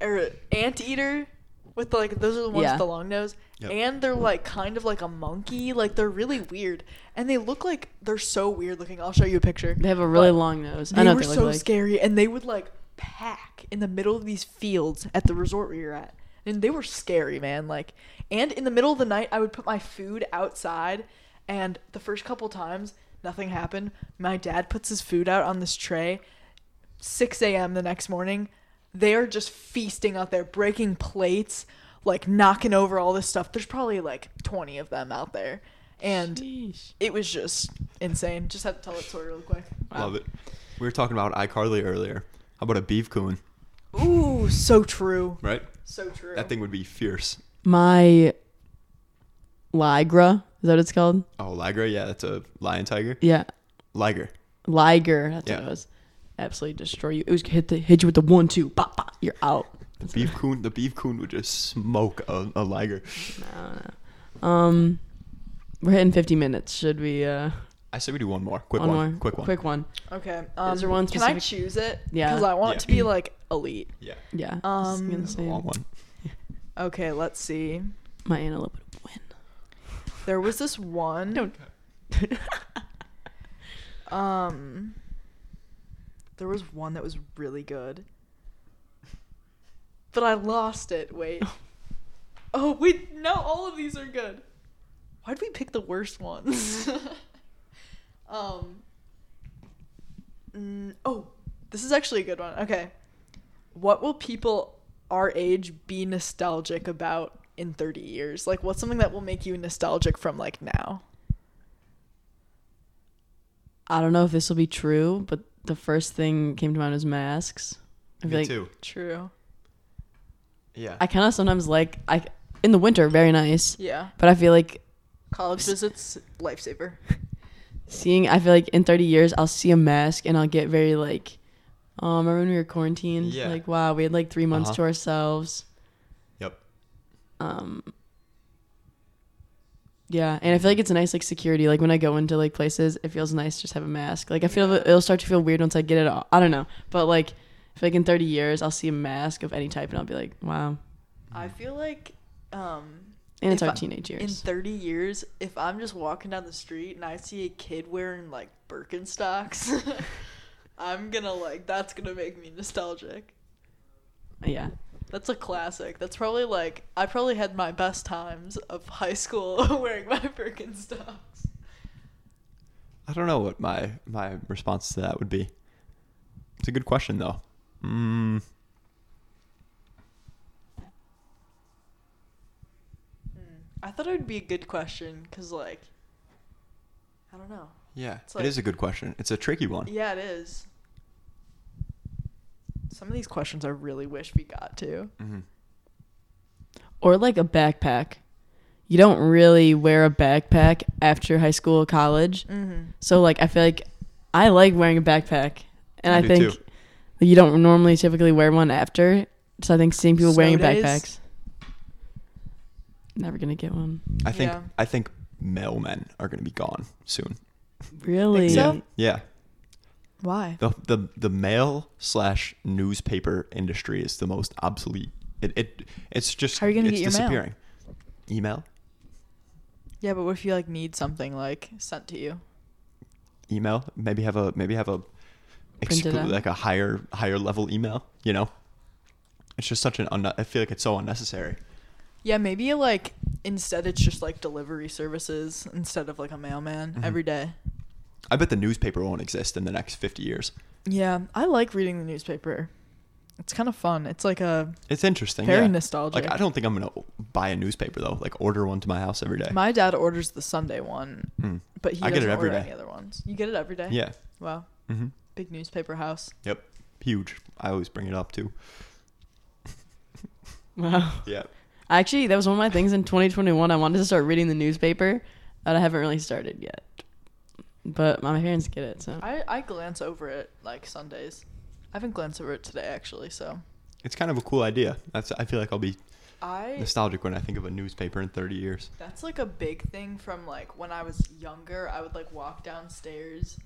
[SPEAKER 1] er, anteater with like those are the ones
[SPEAKER 3] Yeah.
[SPEAKER 1] with the long nose,
[SPEAKER 2] Yep.
[SPEAKER 1] and they're like kind of like a monkey. Like they're really weird, and they look like they're so weird looking. I'll show you a picture.
[SPEAKER 3] They have a really
[SPEAKER 1] But
[SPEAKER 3] long nose.
[SPEAKER 1] They
[SPEAKER 3] I know
[SPEAKER 1] were
[SPEAKER 3] what they look
[SPEAKER 1] so
[SPEAKER 3] like.
[SPEAKER 1] scary, and they would like pack in the middle of these fields at the resort we were at, and they were scary, man. Like, and in the middle of the night, I would put my food outside, and the first couple times, nothing happened. My dad puts his food out on this tray. 6 a.m. the next morning, they are just feasting out there, breaking plates, like knocking over all this stuff. There's probably like 20 of them out there, and
[SPEAKER 3] Sheesh.
[SPEAKER 1] it was just insane. Just had to tell that story real quick.
[SPEAKER 2] Love it. We were talking about iCarly earlier. How about a beef coon?
[SPEAKER 1] Ooh, so true.
[SPEAKER 2] Right.
[SPEAKER 1] So true.
[SPEAKER 2] That thing would be fierce.
[SPEAKER 3] My ligra is that what it's called?
[SPEAKER 2] Oh, liger. Yeah, that's a lion tiger.
[SPEAKER 3] Yeah,
[SPEAKER 2] Liger.
[SPEAKER 3] liger. That's what
[SPEAKER 2] Yeah.
[SPEAKER 3] it was. Absolutely destroy you. It was hit the hit you with the one two. Bop, bop, you're out.
[SPEAKER 2] The beef coon. The beef coon would just smoke a, a liger.
[SPEAKER 3] Um, we're hitting 50 minutes. Should we? Uh,
[SPEAKER 2] I say we do one more. Quick
[SPEAKER 3] one,
[SPEAKER 2] one.
[SPEAKER 3] more.
[SPEAKER 2] Quick one.
[SPEAKER 3] Quick one.
[SPEAKER 1] okay. Um,
[SPEAKER 3] there one
[SPEAKER 1] can I
[SPEAKER 3] specific-
[SPEAKER 1] choose it?
[SPEAKER 3] Yeah.
[SPEAKER 1] Because I want it
[SPEAKER 2] Yeah.
[SPEAKER 1] to be like elite.
[SPEAKER 2] Yeah.
[SPEAKER 3] Yeah.
[SPEAKER 1] Um,
[SPEAKER 3] just gonna say
[SPEAKER 2] Long one.
[SPEAKER 1] Okay, let's see.
[SPEAKER 3] my antelope would win.
[SPEAKER 1] There was this one.
[SPEAKER 3] Don't-
[SPEAKER 1] <laughs> um. There was one that was really good. But I lost it. Wait. Oh wait, no, all of these are good. Why'd we pick the worst ones? <laughs> um mm, Oh, this is actually a good one. Okay. What will people our age be nostalgic about in 30 years? Like what's something that will make you nostalgic from like now?
[SPEAKER 3] I don't know if this will be true, but the first thing came to mind was masks. I feel
[SPEAKER 2] Me
[SPEAKER 3] like-
[SPEAKER 2] too.
[SPEAKER 1] True.
[SPEAKER 2] Yeah.
[SPEAKER 3] I kind of sometimes like I in the winter very nice,
[SPEAKER 1] Yeah.
[SPEAKER 3] but I feel like
[SPEAKER 1] College visits <laughs> lifesaver.
[SPEAKER 3] seeing I feel like in 30 years I'll see a mask and I'll get very like um remember when we were quarantined
[SPEAKER 2] Yeah.
[SPEAKER 3] like wow we had like 3 months
[SPEAKER 2] Uh-huh.
[SPEAKER 3] to ourselves.
[SPEAKER 2] Yep.
[SPEAKER 3] Um yeah, and I feel like it's a nice like security. Like when I go into like places, it feels nice to just have a mask. Like I feel it'll start to feel weird once I get it off. I don't know, but like I feel like in 30 years I'll see a mask of any type and I'll be like, wow,
[SPEAKER 1] I feel like um
[SPEAKER 3] and it's
[SPEAKER 1] If
[SPEAKER 3] our
[SPEAKER 1] I-
[SPEAKER 3] teenage
[SPEAKER 1] In
[SPEAKER 3] years.
[SPEAKER 1] 30 years, if I'm just walking down the street and I see a kid wearing like Birkenstocks, <laughs> I'm gonna like, that's gonna make me nostalgic.
[SPEAKER 3] yeah.
[SPEAKER 1] That's a classic. That's probably like, I probably had my best times of high school <laughs> wearing my Birkenstocks.
[SPEAKER 2] I don't know what my my response to that would be. It's a good question though. Mm,
[SPEAKER 1] I thought it would be a good question because, like, I don't know.
[SPEAKER 2] yeah,
[SPEAKER 1] It's
[SPEAKER 2] it
[SPEAKER 1] like-
[SPEAKER 2] is a good question. It's a tricky one.
[SPEAKER 1] Yeah, it is. Some of these questions I really wish we got to.
[SPEAKER 2] hmm
[SPEAKER 3] Or like a backpack. You don't really wear a backpack after high school, college.
[SPEAKER 1] Mm-hmm.
[SPEAKER 3] So like I feel like I like wearing a backpack, and
[SPEAKER 2] I
[SPEAKER 3] I,
[SPEAKER 2] do
[SPEAKER 3] think
[SPEAKER 2] too.
[SPEAKER 3] that you don't normally typically wear one after. So I think seeing people
[SPEAKER 1] Snow
[SPEAKER 3] wearing
[SPEAKER 1] days.
[SPEAKER 3] backpacks, never gonna get one.
[SPEAKER 2] I think
[SPEAKER 1] Yeah.
[SPEAKER 2] I think mailmen are going to be gone soon.
[SPEAKER 3] Really?
[SPEAKER 1] so?
[SPEAKER 2] Yeah,
[SPEAKER 1] Why?
[SPEAKER 2] the the the mail slash newspaper industry is the most obsolete. It, it it's just
[SPEAKER 1] How are you gonna
[SPEAKER 2] it's
[SPEAKER 1] get your mail?
[SPEAKER 2] disappearing. Email,
[SPEAKER 1] Yeah, but what if you like need something like sent to you?
[SPEAKER 2] email. Maybe have a maybe have a
[SPEAKER 3] Print it
[SPEAKER 2] exclu-
[SPEAKER 3] out.
[SPEAKER 2] like a higher higher level email. You know, it's just such an. Unne- I feel like it's so unnecessary.
[SPEAKER 1] Yeah, maybe like instead it's just like delivery services instead of like a mailman
[SPEAKER 2] Mhm.
[SPEAKER 1] every day.
[SPEAKER 2] I bet the newspaper won't exist in the next fifty years.
[SPEAKER 1] Yeah, I like reading the newspaper. It's kind of fun. It's like a
[SPEAKER 2] It's interesting.
[SPEAKER 1] very
[SPEAKER 2] yeah.
[SPEAKER 1] nostalgic.
[SPEAKER 2] Like I don't think I'm gonna buy a newspaper though. Like order one to my house every day.
[SPEAKER 1] My dad orders the Sunday one,
[SPEAKER 2] Mm.
[SPEAKER 1] but he
[SPEAKER 2] I get it
[SPEAKER 1] doesn't
[SPEAKER 2] every
[SPEAKER 1] order
[SPEAKER 2] day.
[SPEAKER 1] any other ones. You get it every day.
[SPEAKER 2] Yeah.
[SPEAKER 1] Wow.
[SPEAKER 2] hmm
[SPEAKER 1] Big newspaper house.
[SPEAKER 2] Yep. Huge. I always bring it up too.
[SPEAKER 3] Wow.
[SPEAKER 2] Yeah.
[SPEAKER 3] <laughs> Actually, that was one of my things in 2021. I wanted to start reading the newspaper, but I haven't really started yet. But my parents get it, so
[SPEAKER 1] I I glance over it like Sundays. I haven't glanced over it today actually. So
[SPEAKER 2] It's kind of a cool idea. That's. I feel like I'll be
[SPEAKER 1] I
[SPEAKER 2] nostalgic when I think of a newspaper in 30 years.
[SPEAKER 1] That's like a big thing from like when I was younger. I would like walk downstairs,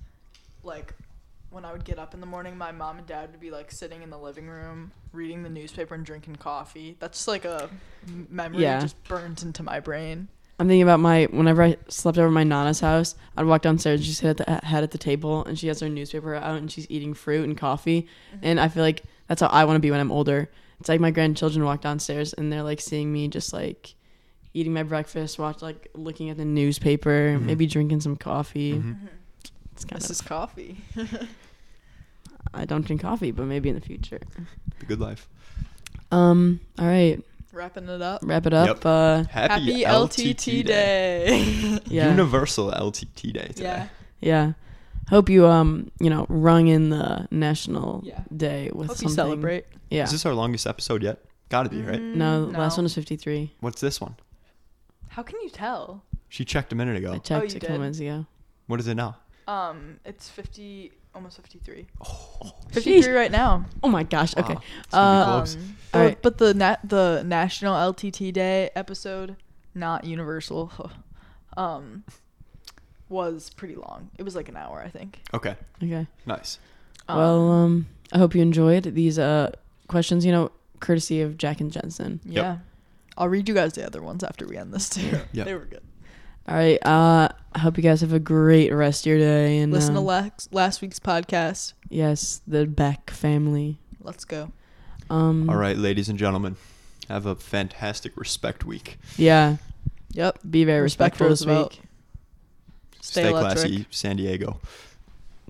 [SPEAKER 1] like when I would get up in the morning, my mom and dad would be like sitting in the living room reading the newspaper and drinking coffee. That's just like a m- memory
[SPEAKER 3] Yeah.
[SPEAKER 1] just burnt into my brain.
[SPEAKER 3] I'm thinking about my whenever I slept over at my nana's house, I'd walk downstairs. She's at the head at the table, and she has her newspaper out, and she's eating fruit and coffee. And I feel like that's how I want to be when I'm older. It's like my grandchildren walk downstairs, and they're like seeing me just like eating my breakfast, watch like looking at the newspaper,
[SPEAKER 2] Mhm.
[SPEAKER 3] maybe drinking some coffee.
[SPEAKER 2] Mhm.
[SPEAKER 3] It's kind
[SPEAKER 1] Mm-hmm. This
[SPEAKER 3] of
[SPEAKER 1] is coffee.
[SPEAKER 3] I don't drink coffee, but maybe in the future.
[SPEAKER 2] The good life.
[SPEAKER 3] Um. All right.
[SPEAKER 1] Wrapping it up.
[SPEAKER 3] Wrap it up.
[SPEAKER 1] <laughs>
[SPEAKER 2] Yep.
[SPEAKER 3] Uh.
[SPEAKER 1] Happy, LTT, day.
[SPEAKER 3] Yeah.
[SPEAKER 2] Universal LTT day
[SPEAKER 1] <laughs>
[SPEAKER 2] today.
[SPEAKER 1] yeah.
[SPEAKER 3] yeah. Hope you um you know rung in the national
[SPEAKER 1] Yeah.
[SPEAKER 3] day with
[SPEAKER 1] Hope
[SPEAKER 3] something.
[SPEAKER 1] you celebrate.
[SPEAKER 3] Yeah.
[SPEAKER 2] Is this our longest episode yet? Gotta be, right?
[SPEAKER 3] no,
[SPEAKER 1] Mm,
[SPEAKER 3] the last one was 53.
[SPEAKER 2] What's this one?
[SPEAKER 1] How can you tell?
[SPEAKER 2] She checked a minute
[SPEAKER 3] I
[SPEAKER 2] ago.
[SPEAKER 3] checked
[SPEAKER 1] Oh, you
[SPEAKER 3] a couple
[SPEAKER 1] did?
[SPEAKER 3] minutes ago.
[SPEAKER 2] What is it now?
[SPEAKER 1] Um, it's fifty, almost fifty-three.
[SPEAKER 3] Sheesh.
[SPEAKER 1] Fifty-three right now.
[SPEAKER 3] Oh my gosh. Okay.
[SPEAKER 2] Wow. Oh. It's gonna be
[SPEAKER 3] Uh,
[SPEAKER 2] close.
[SPEAKER 1] Um,
[SPEAKER 3] All
[SPEAKER 1] the-
[SPEAKER 3] right.
[SPEAKER 1] But the na- the National LTT Day episode, not Universal, <laughs> um, was pretty long. It was like an hour, I think.
[SPEAKER 2] Okay.
[SPEAKER 3] Okay.
[SPEAKER 2] Nice.
[SPEAKER 1] Um,
[SPEAKER 3] well, um, I hope you enjoyed these uh questions. You know, courtesy of Jack and Jensen.
[SPEAKER 1] yeah. I'll read you guys the other ones after we end this <laughs> too.
[SPEAKER 2] Yeah.
[SPEAKER 1] They were good.
[SPEAKER 3] All right. Uh, I hope you guys have a great rest of your day. And
[SPEAKER 1] Listen to
[SPEAKER 3] um,
[SPEAKER 1] last last week's podcast.
[SPEAKER 3] Yes, the Beck family.
[SPEAKER 1] Let's go.
[SPEAKER 3] Um.
[SPEAKER 2] All right, ladies and gentlemen. Have a fantastic respect week.
[SPEAKER 3] Yeah.
[SPEAKER 1] Yep.
[SPEAKER 3] Be very
[SPEAKER 1] Respectful
[SPEAKER 3] respectful
[SPEAKER 1] as
[SPEAKER 3] this
[SPEAKER 1] well.
[SPEAKER 3] week.
[SPEAKER 1] Stay,
[SPEAKER 2] Stay
[SPEAKER 1] electric.
[SPEAKER 2] classy, San Diego.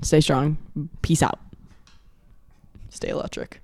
[SPEAKER 3] Stay strong. Peace out.
[SPEAKER 1] Stay electric.